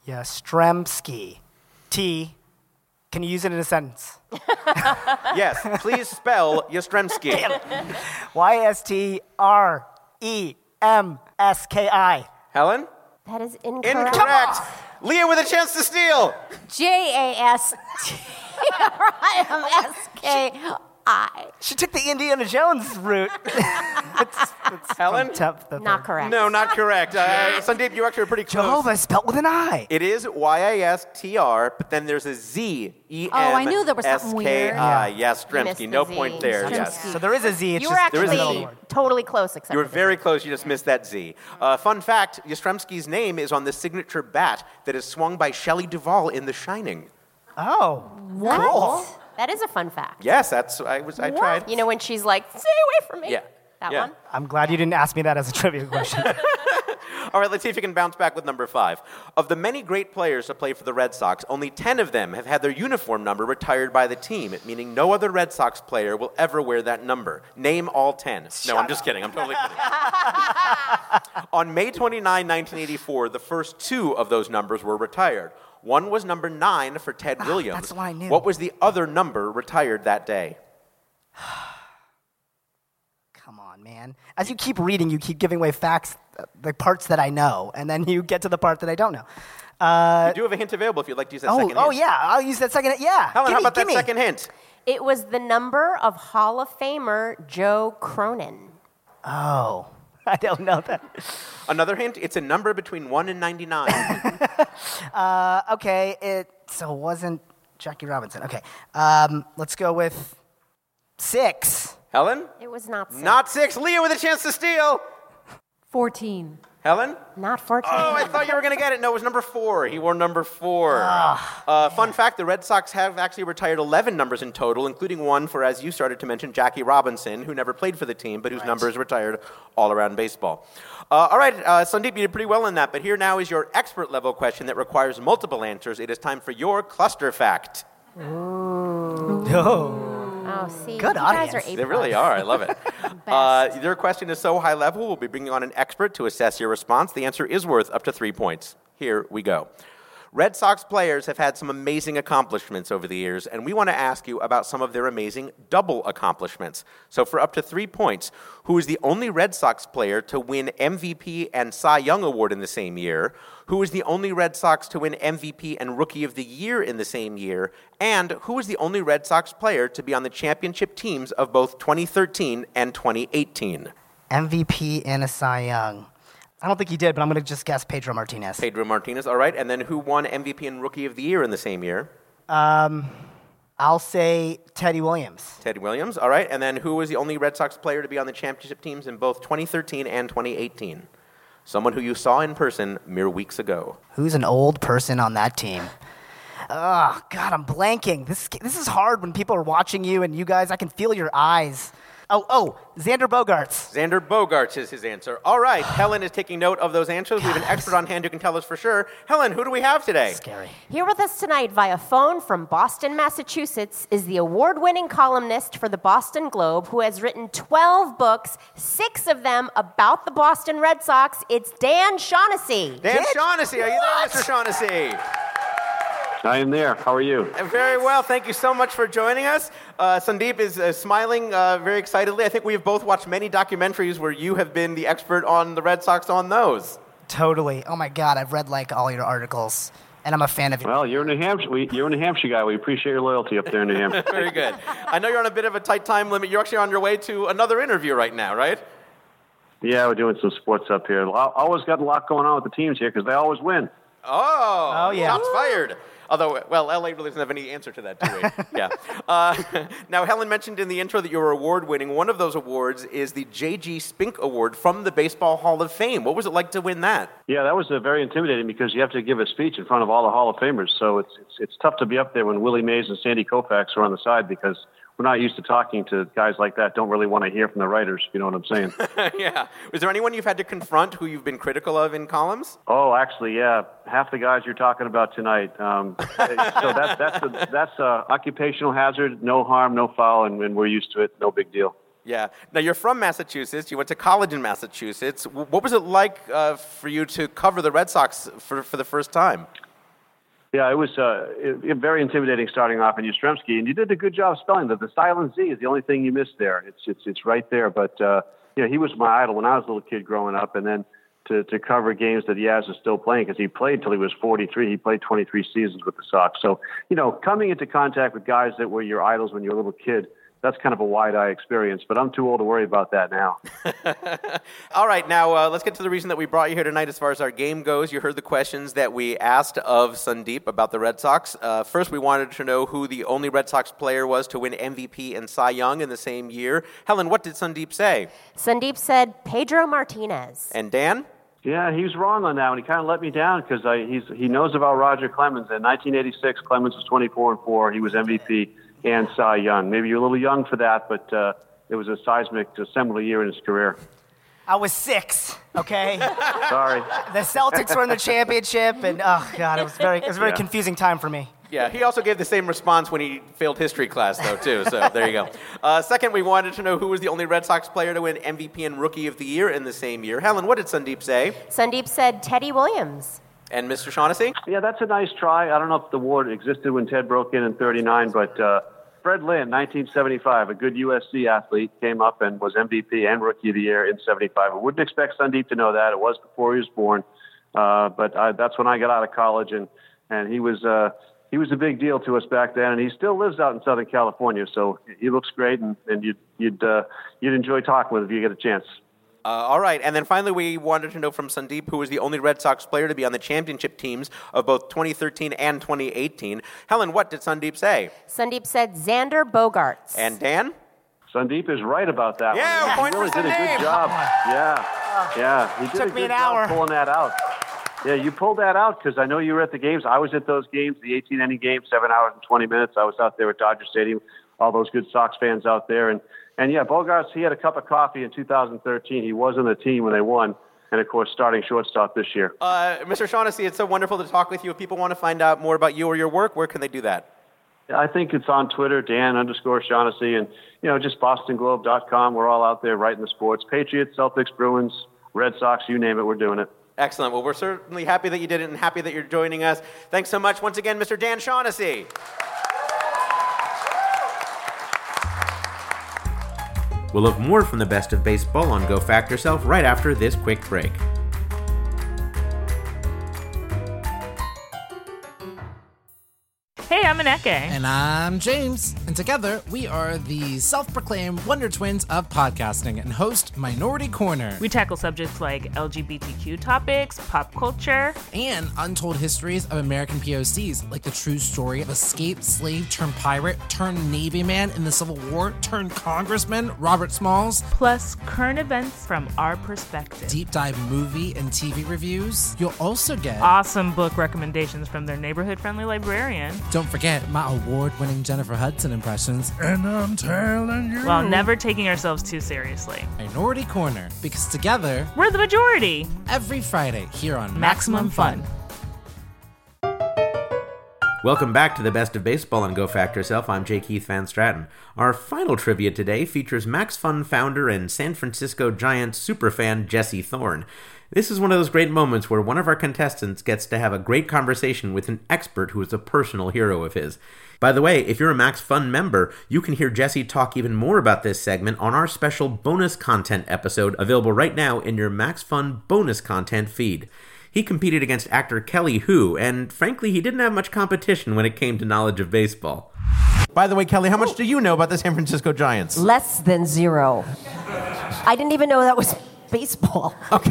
Yastremski. T. Can you use it in a sentence? Yes, please spell Yastrzemski. Y S T R E M S K I. Helen? That is incorrect. Incorrect. Leah with a chance to steal. J A S T R I M S K I. She took the Indiana Jones route. Helen? Not correct. No, not correct. Uh, Sandeep, you actually were pretty close. Jehovah is spelled with an I. It is Y A S T R, but then there's a Z E M Oh, I knew there was something weird. S-K-I. Yeah. Uh, Yes, You missed the Dremsky. No Z. point there. Stremski. Yes. So there is a Z. It's You were just there is a actually Z. totally close, except You were for very close. You just missed that Z. Uh, fun fact: Yastrzemski's name is on the signature bat that is swung by Shelley Duvall in The Shining. Oh. What? That is a fun fact. Yes, that's. I was. I tried. You know when she's like, "Stay away from me." Yeah. That Yeah. one. I'm glad you didn't ask me that as a trivia question. All right, let's see if you can bounce back with number five. Of the many great players to play for the Red Sox, only 10 of them have had their uniform number retired by the team, meaning no other Red Sox player will ever wear that number. Name all 10. no, I'm just kidding. I'm totally kidding. On May 29, 1984, the first two of those numbers were retired. One was number nine for Ted Williams. Ah, that's the one I knew. What was the other number retired that day? Come on, man. As you keep reading, you keep giving away facts, uh, the parts that I know, and then you get to the part that I don't know. Uh, you do have a hint available if you'd like to use that oh, second oh hint. yeah. I'll use that second. Yeah. Helen, how gimme, about that gimme. second hint? It was the number of Hall of Famer Joe Cronin. Oh, I don't know that. Another hint, it's a number between 1 and 99. Uh, okay, it so it wasn't Jackie Robinson. Okay, um, let's go with six. Helen? It was not six. Not 6. Leah with a chance to steal. 14. Helen? Not 14. Oh, I thought you were going to get it. No, it was number four. He wore number four. Ah, uh, fun fact the Red Sox have actually retired 11 numbers in total, including one for, as you started to mention, Jackie Robinson, who never played for the team, but whose number is retired all around baseball. Uh, all right, uh, Sandeep, you did pretty well in that, but here now is your expert level question that requires multiple answers. It is time for your cluster fact. Oh, see, Good you audience. guys are A+. They really are. I love it. uh, their question is so high level, we'll be bringing on an expert to assess your response. The answer is worth up to three points. Here we go. Red Sox players have had some amazing accomplishments over the years, and we want to ask you about some of their amazing double accomplishments. So, for up to three points, who is the only Red Sox player to win MVP and Cy Young Award in the same year? Who is the only Red Sox to win MVP and Rookie of the Year in the same year? And who is the only Red Sox player to be on the championship teams of both 2013 and 2018? MVP and a Cy Young. I don't think he did, but I'm gonna just guess Pedro Martinez. Pedro Martinez, all right. And then who won MVP and Rookie of the Year in the same year? Um, I'll say Teddy Williams. Ted Williams, all right. And then who was the only Red Sox player to be on the championship teams in both 2013 and 2018? Someone who you saw in person mere weeks ago. Who's an old person on that team? Oh God, I'm blanking. This this is hard when people are watching you and you guys. I can feel your eyes. Oh oh, Xander Bogarts. Xander Bogarts is his answer. All right, Helen is taking note of those answers. we have an expert on hand who can tell us for sure. Helen, who do we have today? Scary. Here with us tonight via phone from Boston, Massachusetts, is the award winning columnist for the Boston Globe who has written 12 books, six of them about the Boston Red Sox. It's Dan Shaughnessy. Dan Shaughnessy, are you there, Mr. Shaughnessy? I am there. How are you? Very well. Thank you so much for joining us. Uh, Sandeep is uh, smiling uh, very excitedly. I think we have both watched many documentaries where you have been the expert on the Red Sox on those. Totally. Oh my God, I've read like all your articles, and I'm a fan of your. Well, you're a New Hampshire. We, you're a New Hampshire guy. We appreciate your loyalty up there in New Hampshire. Very good. I know you're on a bit of a tight time limit. You're actually on your way to another interview right now, right? yeah, we're doing some sports up here. Al- Always got a lot going on with the teams here because they always win. Oh, Oh, yeah. shots fired. Although, well, LA really doesn't have any answer to that, do we? yeah. Uh, now, Helen mentioned in the intro that you were award winning. One of those awards is the J.G. Spink Award from the Baseball Hall of Fame. What was it like to win that? Yeah, that was uh, very intimidating because you have to give a speech in front of all the Hall of Famers. So it's, it's it's tough to be up there when Willie Mays and Sandy Koufax are on the side because we're not used to talking to guys like that. Don't really want to hear from the writers. if You know what I'm saying? yeah. Was there anyone you've had to confront who you've been critical of in columns? Oh, actually, yeah, half the guys you're talking about tonight. Um, so that, that's a, that's a occupational hazard. No harm, no foul, and, and we're used to it. No big deal. Yeah. Now, you're from Massachusetts. You went to college in Massachusetts. W- What was it like uh, for you to cover the Red Sox for, for the first time? Yeah, it was uh, it, it, very intimidating starting off in Yastrzemski, and you did a good job spelling that. The silent Z is the only thing you missed there. It's it's it's right there. But uh, yeah, he was my idol when I was a little kid growing up, and then to to cover games that Yaz is still playing because he played till he was 43. He played 23 seasons with the Sox. So you know, coming into contact with guys that were your idols when you were a little kid, that's kind of a wide eye experience. But I'm too old to worry about that now. All right, now uh, let's get to the reason that we brought you here tonight as far as our game goes. You heard the questions that we asked of Sandeep about the Red Sox. Uh, first, we wanted to know who the only Red Sox player was to win MVP and Cy Young in the same year. Helen, what did Sandeep say? Sandeep said Pedro Martinez. And Dan? Yeah, he was wrong on that one. He kind of let me down because he's he knows about Roger Clemens. In 1986, Clemens was 24 and four. He was MVP and Cy Young. Maybe you're a little young for that, but uh, it was a seismic, a seminal year in his career. I was six. Okay. Sorry. the Celtics were in the championship, and oh God, it was very it was a very Yeah. confusing time for me. Yeah, he also gave the same response when he failed history class, though, too. So there you go. Uh, second, we wanted to know who was the only Red Sox player to win MVP and Rookie of the Year in the same year. Helen, what did Sandeep say? Sandeep said Teddy Williams. And Mr. Shaughnessy? Yeah, that's a nice try. I don't know if the award existed when Ted broke in in '39, but uh, Fred Lynn, 1975, a good USC athlete, came up and was MVP and Rookie of the Year in '75. I wouldn't expect Sandeep to know that. It was before he was born, uh, but I, that's when I got out of college, and and he was uh, he was a big deal to us back then, and he still lives out in Southern California. So he looks great, and, and you'd you'd uh, you'd enjoy talking with him if you get a chance. Uh, all right, and then finally, we wanted to know from Sandeep, who was the only Red Sox player to be on the championship teams of both 2013 and 2018. Helen, what did Sandeep say? Sandeep said Xander Bogarts. And Dan? Sandeep is right about that Yeah, one. point he for really did a Sandeep. good job. Yeah, yeah. He did Took a me good an job hour. pulling that out. Yeah, you pulled that out because I know you were at the games. I was at those games, the 18 inning game, seven hours and 20 minutes. I was out there at Dodger Stadium, all those good Sox fans out there. And, and yeah, Bogarts, he had a cup of coffee in 2013. He was on the team when they won. And of course, starting shortstop this year. Uh, Mr. Shaughnessy, it's so wonderful to talk with you. If people want to find out more about you or your work, where can they do that? I think it's on Twitter, Dan underscore Shaughnessy, and you know just BostonGlobe.com. We're all out there writing the sports: Patriots, Celtics, Bruins, Red Sox, you name it, we're doing it. Excellent. Well, we're certainly happy that you did it and happy that you're joining us. Thanks so much once again, Mr. Dan Shaughnessy. We'll have more from the best of baseball on Go Fact Yourself right after this quick break. Hey, I'm Aneke. And I'm James. And together, we are the self proclaimed Wonder Twins of podcasting and host Minority Corner. We tackle subjects like LGBTQ topics, pop culture, and untold histories of American POCs, like the true story of escaped slave turned pirate turned Navy man in the Civil War turned Congressman Robert Smalls. Plus, current events from our perspective. Deep dive movie and TV reviews. You'll also get. Awesome book recommendations from their neighborhood friendly librarian. Don't forget my award winning Jennifer Hudson impressions. And I'm telling you. While never taking ourselves too seriously. Minority Corner, because together we're the majority. Every Friday here on Maximum Fun. Welcome back to the best of baseball on Go Fact Yourself. I'm Jake Heath Van Stratton. Our final trivia today features Max Fun founder and San Francisco Giants superfan Jesse Thorne. This is one of those great moments where one of our contestants gets to have a great conversation with an expert who is a personal hero of his. By the way, if you're a Max Fun member, you can hear Jesse talk even more about this segment on our special bonus content episode available right now in your Max Fun bonus content feed. He competed against actor Kelly Who, and frankly, he didn't have much competition when it came to knowledge of baseball. By the way, Kelly, how much do you know about the San Francisco Giants? Oh. Less than zero. I didn't even know that was baseball.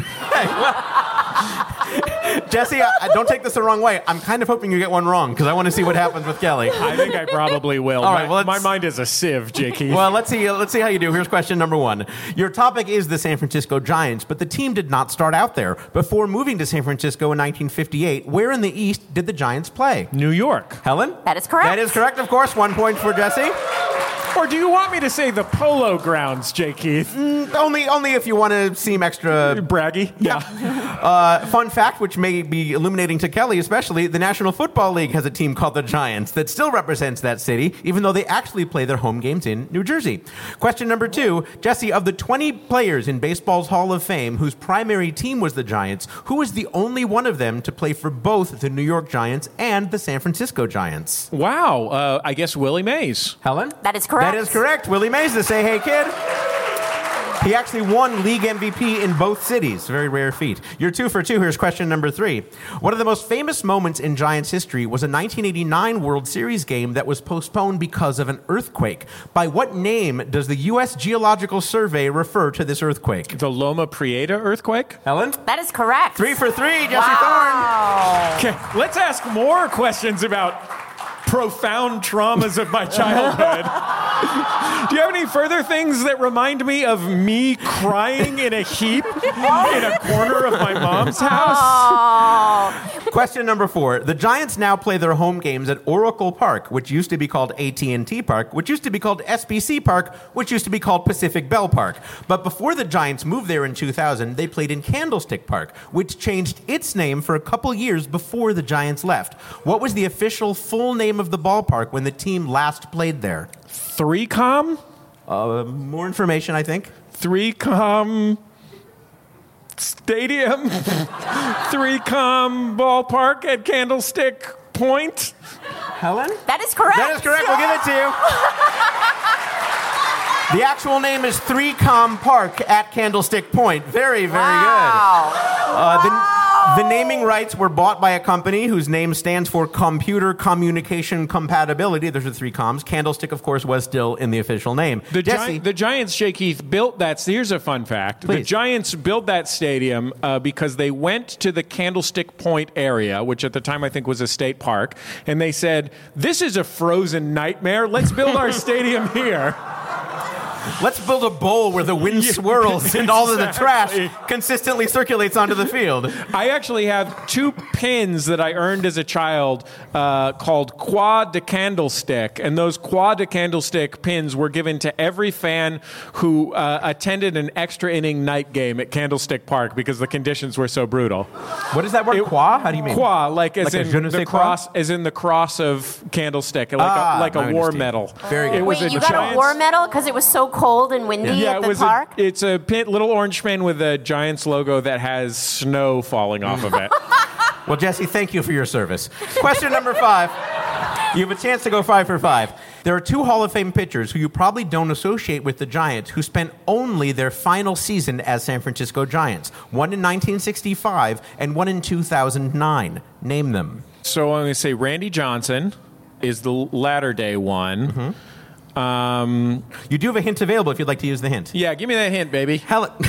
Jesse, I, I- don't take this the wrong way. I'm kind of hoping you get one wrong because I want to see what happens with Kelly. I think I probably will. All right, my, well, my let's- mind is a sieve, Jakey. Well, let's see. Let's see how you do. Here's question number one. Your topic is the San Francisco Giants, but the team did not start out there. Before moving to San Francisco in 1958, where in the East did the Giants play? New York. Helen. That is correct. That is correct, of course. One point for Jesse. Or do you want me to say the Polo Grounds, Jake Keith? Mm, only, only if you want to seem extra braggy. Yeah. uh, fun fact, which may be illuminating to Kelly, especially the National Football League has a team called the Giants that still represents that city, even though they actually play their home games in New Jersey. Question number two, Jesse, of the 20 players in baseball's Hall of Fame whose primary team was the Giants, who was the only one of them to play for both the New York Giants and the San Francisco Giants? Wow. Uh, I guess Willie Mays. Helen? That is correct. That is correct. Willie Mays to say, hey, kid. He actually won league MVP in both cities. Very rare feat. You're two for two. Here's question number three. One of the most famous moments in Giants history was a 1989 World Series game that was postponed because of an earthquake. By what name does the U.S. Geological Survey refer to this earthquake? The Loma Prieta earthquake? Helen? That is correct. Three for three, Jesse Okay, let's ask more questions about profound traumas of my childhood. Do you have any further things that remind me of me crying in a heap in a corner of my mom's house? Question number four: The Giants now play their home games at Oracle Park, which used to be called AT&T Park, which used to be called SBC Park, which used to be called Pacific Bell Park. But before the Giants moved there in 2000, they played in Candlestick Park, which changed its name for a couple years before the Giants left. What was the official full name of the ballpark when the team last played there? Three Com. Uh, more information, I think. Three Com Stadium. Three Com Ballpark at Candlestick Point. Helen? That is correct. That is correct. We'll give it to you. The actual name is Three Com Park at Candlestick Point. Very, very Wow. good. Uh, the- The naming rights were bought by a company whose name stands for Computer Communication Compatibility. There's the three comms. Candlestick, of course, was still in the official name. The, Gi- Jesse, the Giants, Shea Keith, built that. Here's a fun fact. The Please. Giants built that stadium uh, because they went to the Candlestick Point area, which at the time I think was a state park, and they said, This is a frozen nightmare. Let's build our stadium here. Let's build a bowl where the wind swirls and all of the trash consistently circulates onto the field. I actually have two pins that I earned as a child uh, called Quad to Candlestick, and those Quad to Candlestick pins were given to every fan who uh, attended an extra inning night game at Candlestick Park because the conditions were so brutal. What is that word? qua? How do you mean? Qua, like as Like a je ne in sais the quoi? cross, as in the cross of Candlestick, like a, Ah, like now a I war understand. medal. Very good. It was Wait, a you got a Giants- war medal because it was so cold and windy at the it was park? a, it's a pin, little orange pin with a Giants logo that has snow falling off of it. well, Jesse, thank you for your service. Question number five. You have a chance to go five for five. There are two Hall of Fame pitchers who you probably don't associate with the Giants who spent only their final season as San Francisco Giants, one in 1965 and one in 2009. Name them. So I'm going to say Randy Johnson is the latter day one. Um, Mm-hmm. you do have a hint available if you'd like to use the hint. Yeah, give me that hint, baby. Helen,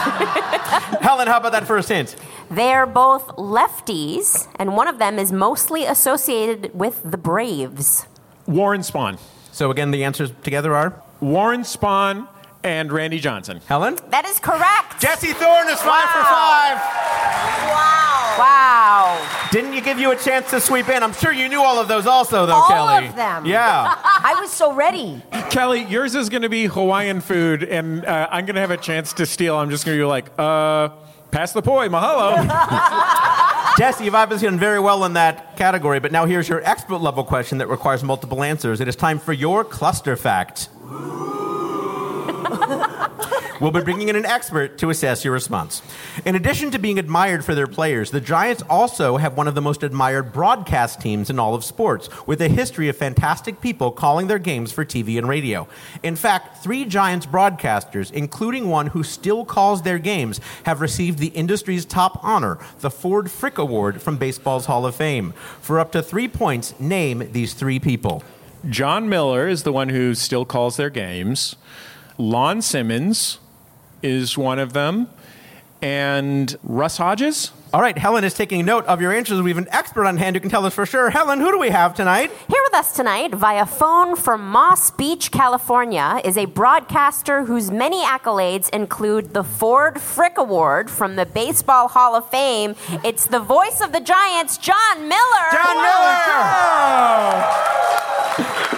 Helen how about that first hint? They're both lefties, and one of them is mostly associated with the Braves. Warren Spawn. So again, the answers together are Warren Spawn and Randy Johnson. Helen? That is correct. Jesse Thorne is five for five. Wow. Didn't you give you a chance to sweep in? I'm sure you knew all of those also, though, All Kelly. of them. Yeah. I was so ready. Kelly, yours is going to be Hawaiian food, and uh, I'm going to have a chance to steal. I'm just going to be like, uh, pass the poi, mahalo. Jesse, you've obviously done very well in that category, but now here's your expert level question that requires multiple answers. It is time for your cluster fact. We'll be bringing in an expert to assess your response. In addition to being admired for their players, the Giants also have one of the most admired broadcast teams in all of sports, with a history of fantastic people calling their games for TV and radio. In fact, three Giants broadcasters, including one who still calls their games, have received the industry's top honor, the Ford Frick Award from Baseball's Hall of Fame. For up to three points, name these three people. John Miller is the one who still calls their games. Lon Simmons is one of them. And Russ Hodges? All right, Helen is taking note of your answers. We have an expert on hand who can tell us for sure. Helen, who do we have tonight? Here with us tonight via phone from Moss Beach, California, is a broadcaster whose many accolades include the Ford Frick Award from the Baseball Hall of Fame. It's the voice of the Giants, John Miller. John Miller!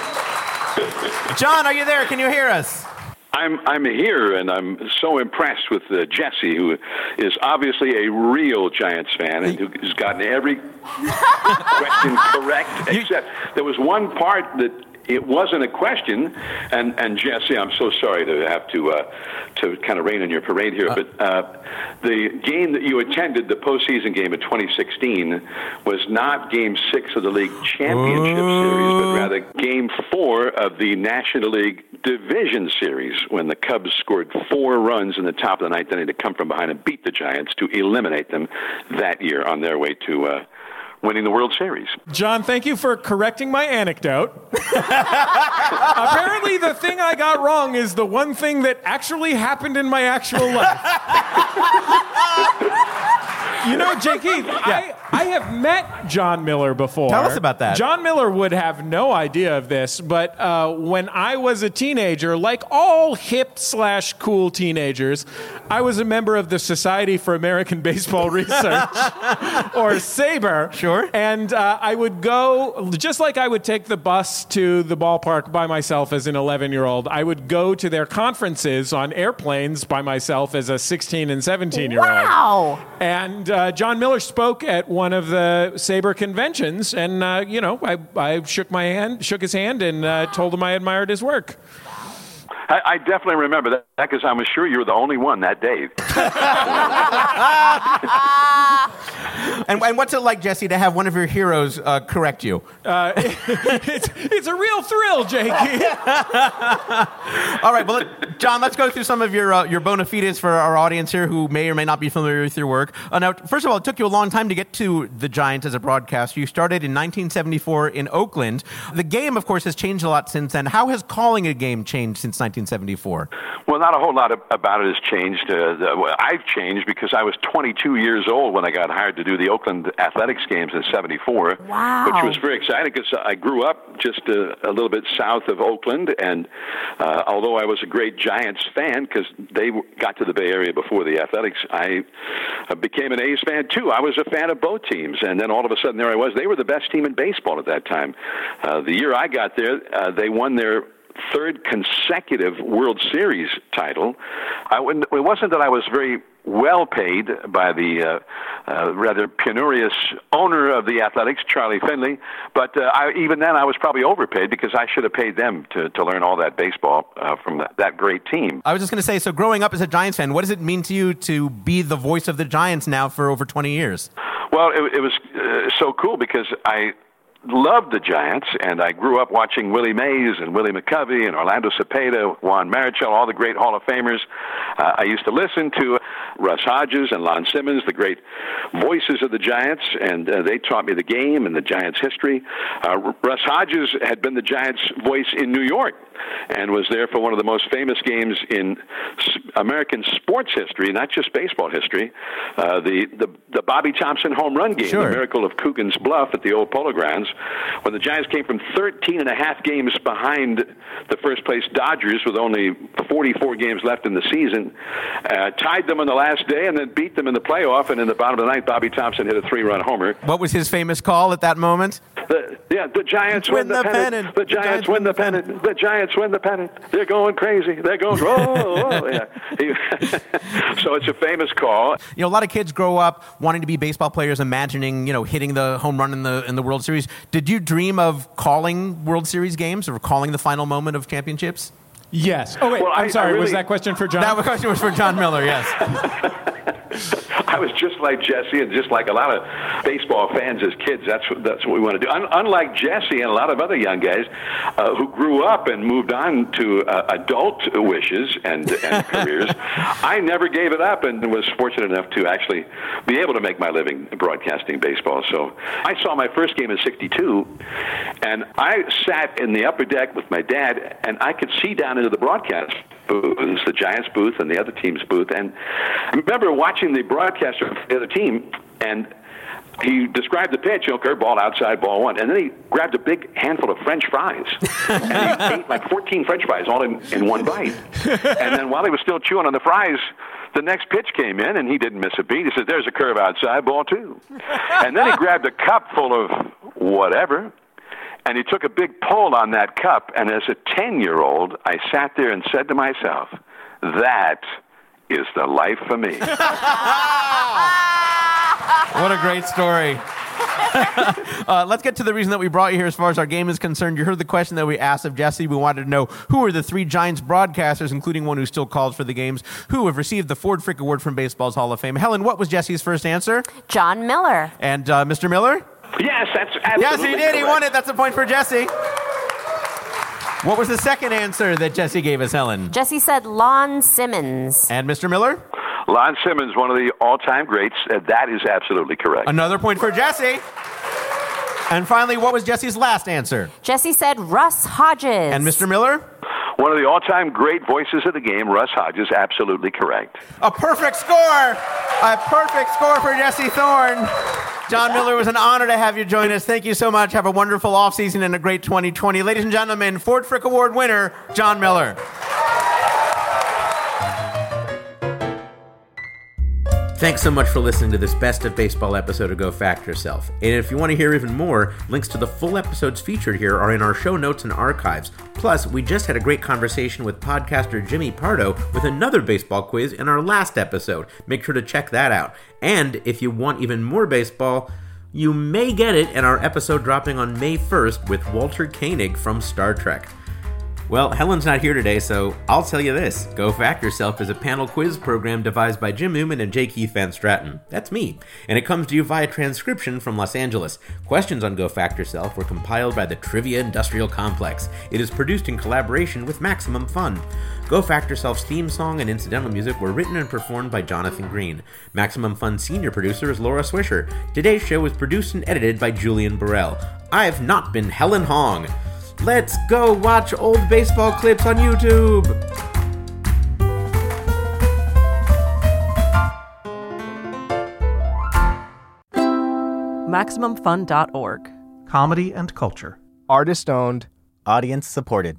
John, are you there? Can you hear us? I'm I'm here, and I'm so impressed with uh, Jesse, who is obviously a real Giants fan and who has gotten every question correct. Except there was one part that it wasn't a question, and and Jesse, I'm so sorry to have to uh, to kind of rain on your parade here, but uh, the game that you attended, the postseason game of 2016, was not Game Six of the League Championship Series, but rather Game Four of the National League Division Series when the Cubs scored four runs in the top of the ninth inning to come from behind and beat the Giants to eliminate them that year on their way to uh, winning the World Series. John, thank you for correcting my anecdote. Apparently, the thing I got wrong is the one thing that actually happened in my actual life. you know, Jake Heath, I, I have met John Miller before. Tell us about that. John Miller would have no idea of this, but uh, when I was a teenager, like all hip slash cool teenagers, I was a member of the Society for American Baseball Research or Saber. Sure. And uh, I would go, just like I would take the bus to the ballpark by myself as an 11 year old, I would go to their conferences on airplanes by myself as a 16 and 17 year old. Wow. And uh, John Miller spoke at one of the Saber conventions, and uh, you know, I, I shook my hand, shook his hand, and uh, told him I admired his work. I, I definitely remember that because I'm sure you were the only one that day. And, and what's it like, Jesse, to have one of your heroes uh, correct you? Uh, it's, it's a real thrill, Jakey. All right, well, let- John, let's go through some of your uh, your bona fides for our audience here who may or may not be familiar with your work. Uh, now, first of all, it took you a long time to get to the Giants as a broadcaster. You started in 1974 in Oakland. The game, of course, has changed a lot since then. How has calling a game changed since 1974? Well, not a whole lot ab- about it has changed. Uh, the, well, I've changed because I was 22 years old when I got hired to do the Oakland Athletics games in '74, Wow. which was very exciting because I grew up just a, a little bit south of Oakland, and uh, although I was a great Giants fan because they w- got to the Bay Area before the Athletics, I uh, became an A's fan too. I was a fan of both teams, and then all of a sudden there I was. They were the best team in baseball at that time. Uh, the year I got there, uh, they won their third consecutive World Series title. I, wouldn't- it wasn't that I was very well paid by the uh, uh, rather penurious owner of the Athletics, Charlie Finley, but uh, I, even then I was probably overpaid because I should have paid them to, to learn all that baseball uh, from that, that great team. I was just going to say, so growing up as a Giants fan, what does it mean to you to be the voice of the Giants now for over 20 years? Well, it, it was uh, so cool because I loved the Giants, and I grew up watching Willie Mays and Willie McCovey and Orlando Cepeda, Juan Marichal, all the great Hall of Famers. Uh, I used to listen to Russ Hodges and Lon Simmons, the great voices of the Giants, and uh, they taught me the game and the Giants' history. Uh, Russ Hodges had been the Giants' voice in New York and was there for one of the most famous games in s- American sports history, not just baseball history, uh, the, the the Bobby Thompson home run game, the miracle of Coogan's Bluff at the old Polo Grounds, when the Giants came from 13 and a half games behind the first place Dodgers with only 44 games left in the season, uh, tied them on the last day, and then beat them in the playoff. And in the bottom of the ninth, Bobby Thompson hit a three-run homer. What was his famous call at that moment? The, yeah, the Giants win, the, pennant. The Giants, win the pennant. The Giants win the pennant. They're going crazy. They're going. Oh, oh yeah. He- so it's a famous call. You know, a lot of kids grow up wanting to be baseball players, imagining you know hitting the home run in the in the World Series. Did you dream of calling World Series games or calling the final moment of championships? Yes. Oh wait, Well, I- I'm I sorry. was really- that question for John? That question was for John Miller. Oh, Yes. I was just like Jesse and just like a lot of baseball fans as kids. That's what, that's what we want to do. Un- unlike Jesse and a lot of other young guys uh, who grew up and moved on to uh, adult wishes and, and careers, I never gave it up and was fortunate enough to actually be able to make my living broadcasting baseball. So I saw my first game in '62, and I sat in the upper deck with my dad, and I could see down into the broadcast booths, the Giants booth and the other team's booth. And I remember watching the broadcaster for the other team, and he described the pitch, you know, curveball outside, ball one. And then he grabbed a big handful of French fries. and he ate like 14 French fries all in, in one bite. And then while he was still chewing on the fries, the next pitch came in, and he didn't miss a beat. He said, There's a curve outside, ball two. And then he grabbed a cup full of whatever, and he took a big pull on that cup. And as a 10 year old, I sat there and said to myself, that is the life for me. What a great story. uh, let's get to the reason that we brought you here as far as our game is concerned. You heard the question that we asked of Jesse. We wanted to know who are the three Giants broadcasters, including one who still calls for the games, who have received the Ford Frick Award from Baseball's Hall of Fame. Helen, what was Jesse's first answer? John Miller. And uh, Mr. Miller? Yes, that's Yes, he absolutely did. He correct. won it. That's a point for Jesse. What was the second answer that Jesse gave us, Helen? Jesse said Lon Simmons. And Mr. Miller? Lon Simmons, one of the all time greats. Uh, that is absolutely correct. Another point for Jesse. And finally, what was Jesse's last answer? Jesse said Russ Hodges. And Mr. Miller? One of the all time great voices of the game, Russ Hodges, absolutely correct. A perfect score. A perfect score for Jesse Thorne. John Miller, it was an honor to have you join us. Thank you so much. Have a wonderful offseason and a great 2020. Ladies and gentlemen, Ford Frick Award winner, John Miller. Thanks so much for listening to this Best of Baseball episode of Go Fact Yourself. And if you want to hear even more, links to the full episodes featured here are in our show notes and archives. Plus, we just had a great conversation with podcaster Jimmy Pardo with another baseball quiz in our last episode. Make sure to check that out. And if you want even more baseball, you may get it in our episode dropping on May 1st with Walter Koenig from Star Trek. Well, Helen's not here today, so I'll tell you this Go Fact Yourself is a panel quiz program devised by Jim Newman and J. Keith Van Stratton. That's me. And it comes to you via transcription from Los Angeles. Questions on Go Fact Yourself were compiled by the Trivia Industrial Complex. It is produced in collaboration with Maximum Fun. Go Fact Yourself's theme song and incidental music were written and performed by Jonathan Green. Maximum Fun's senior producer is Laura Swisher. Today's show is produced and edited by Julian Burrell. I've not been Helen Hong. Let's go watch old baseball clips on YouTube. MaximumFun.org. Comedy and culture. Artist owned. Audience supported.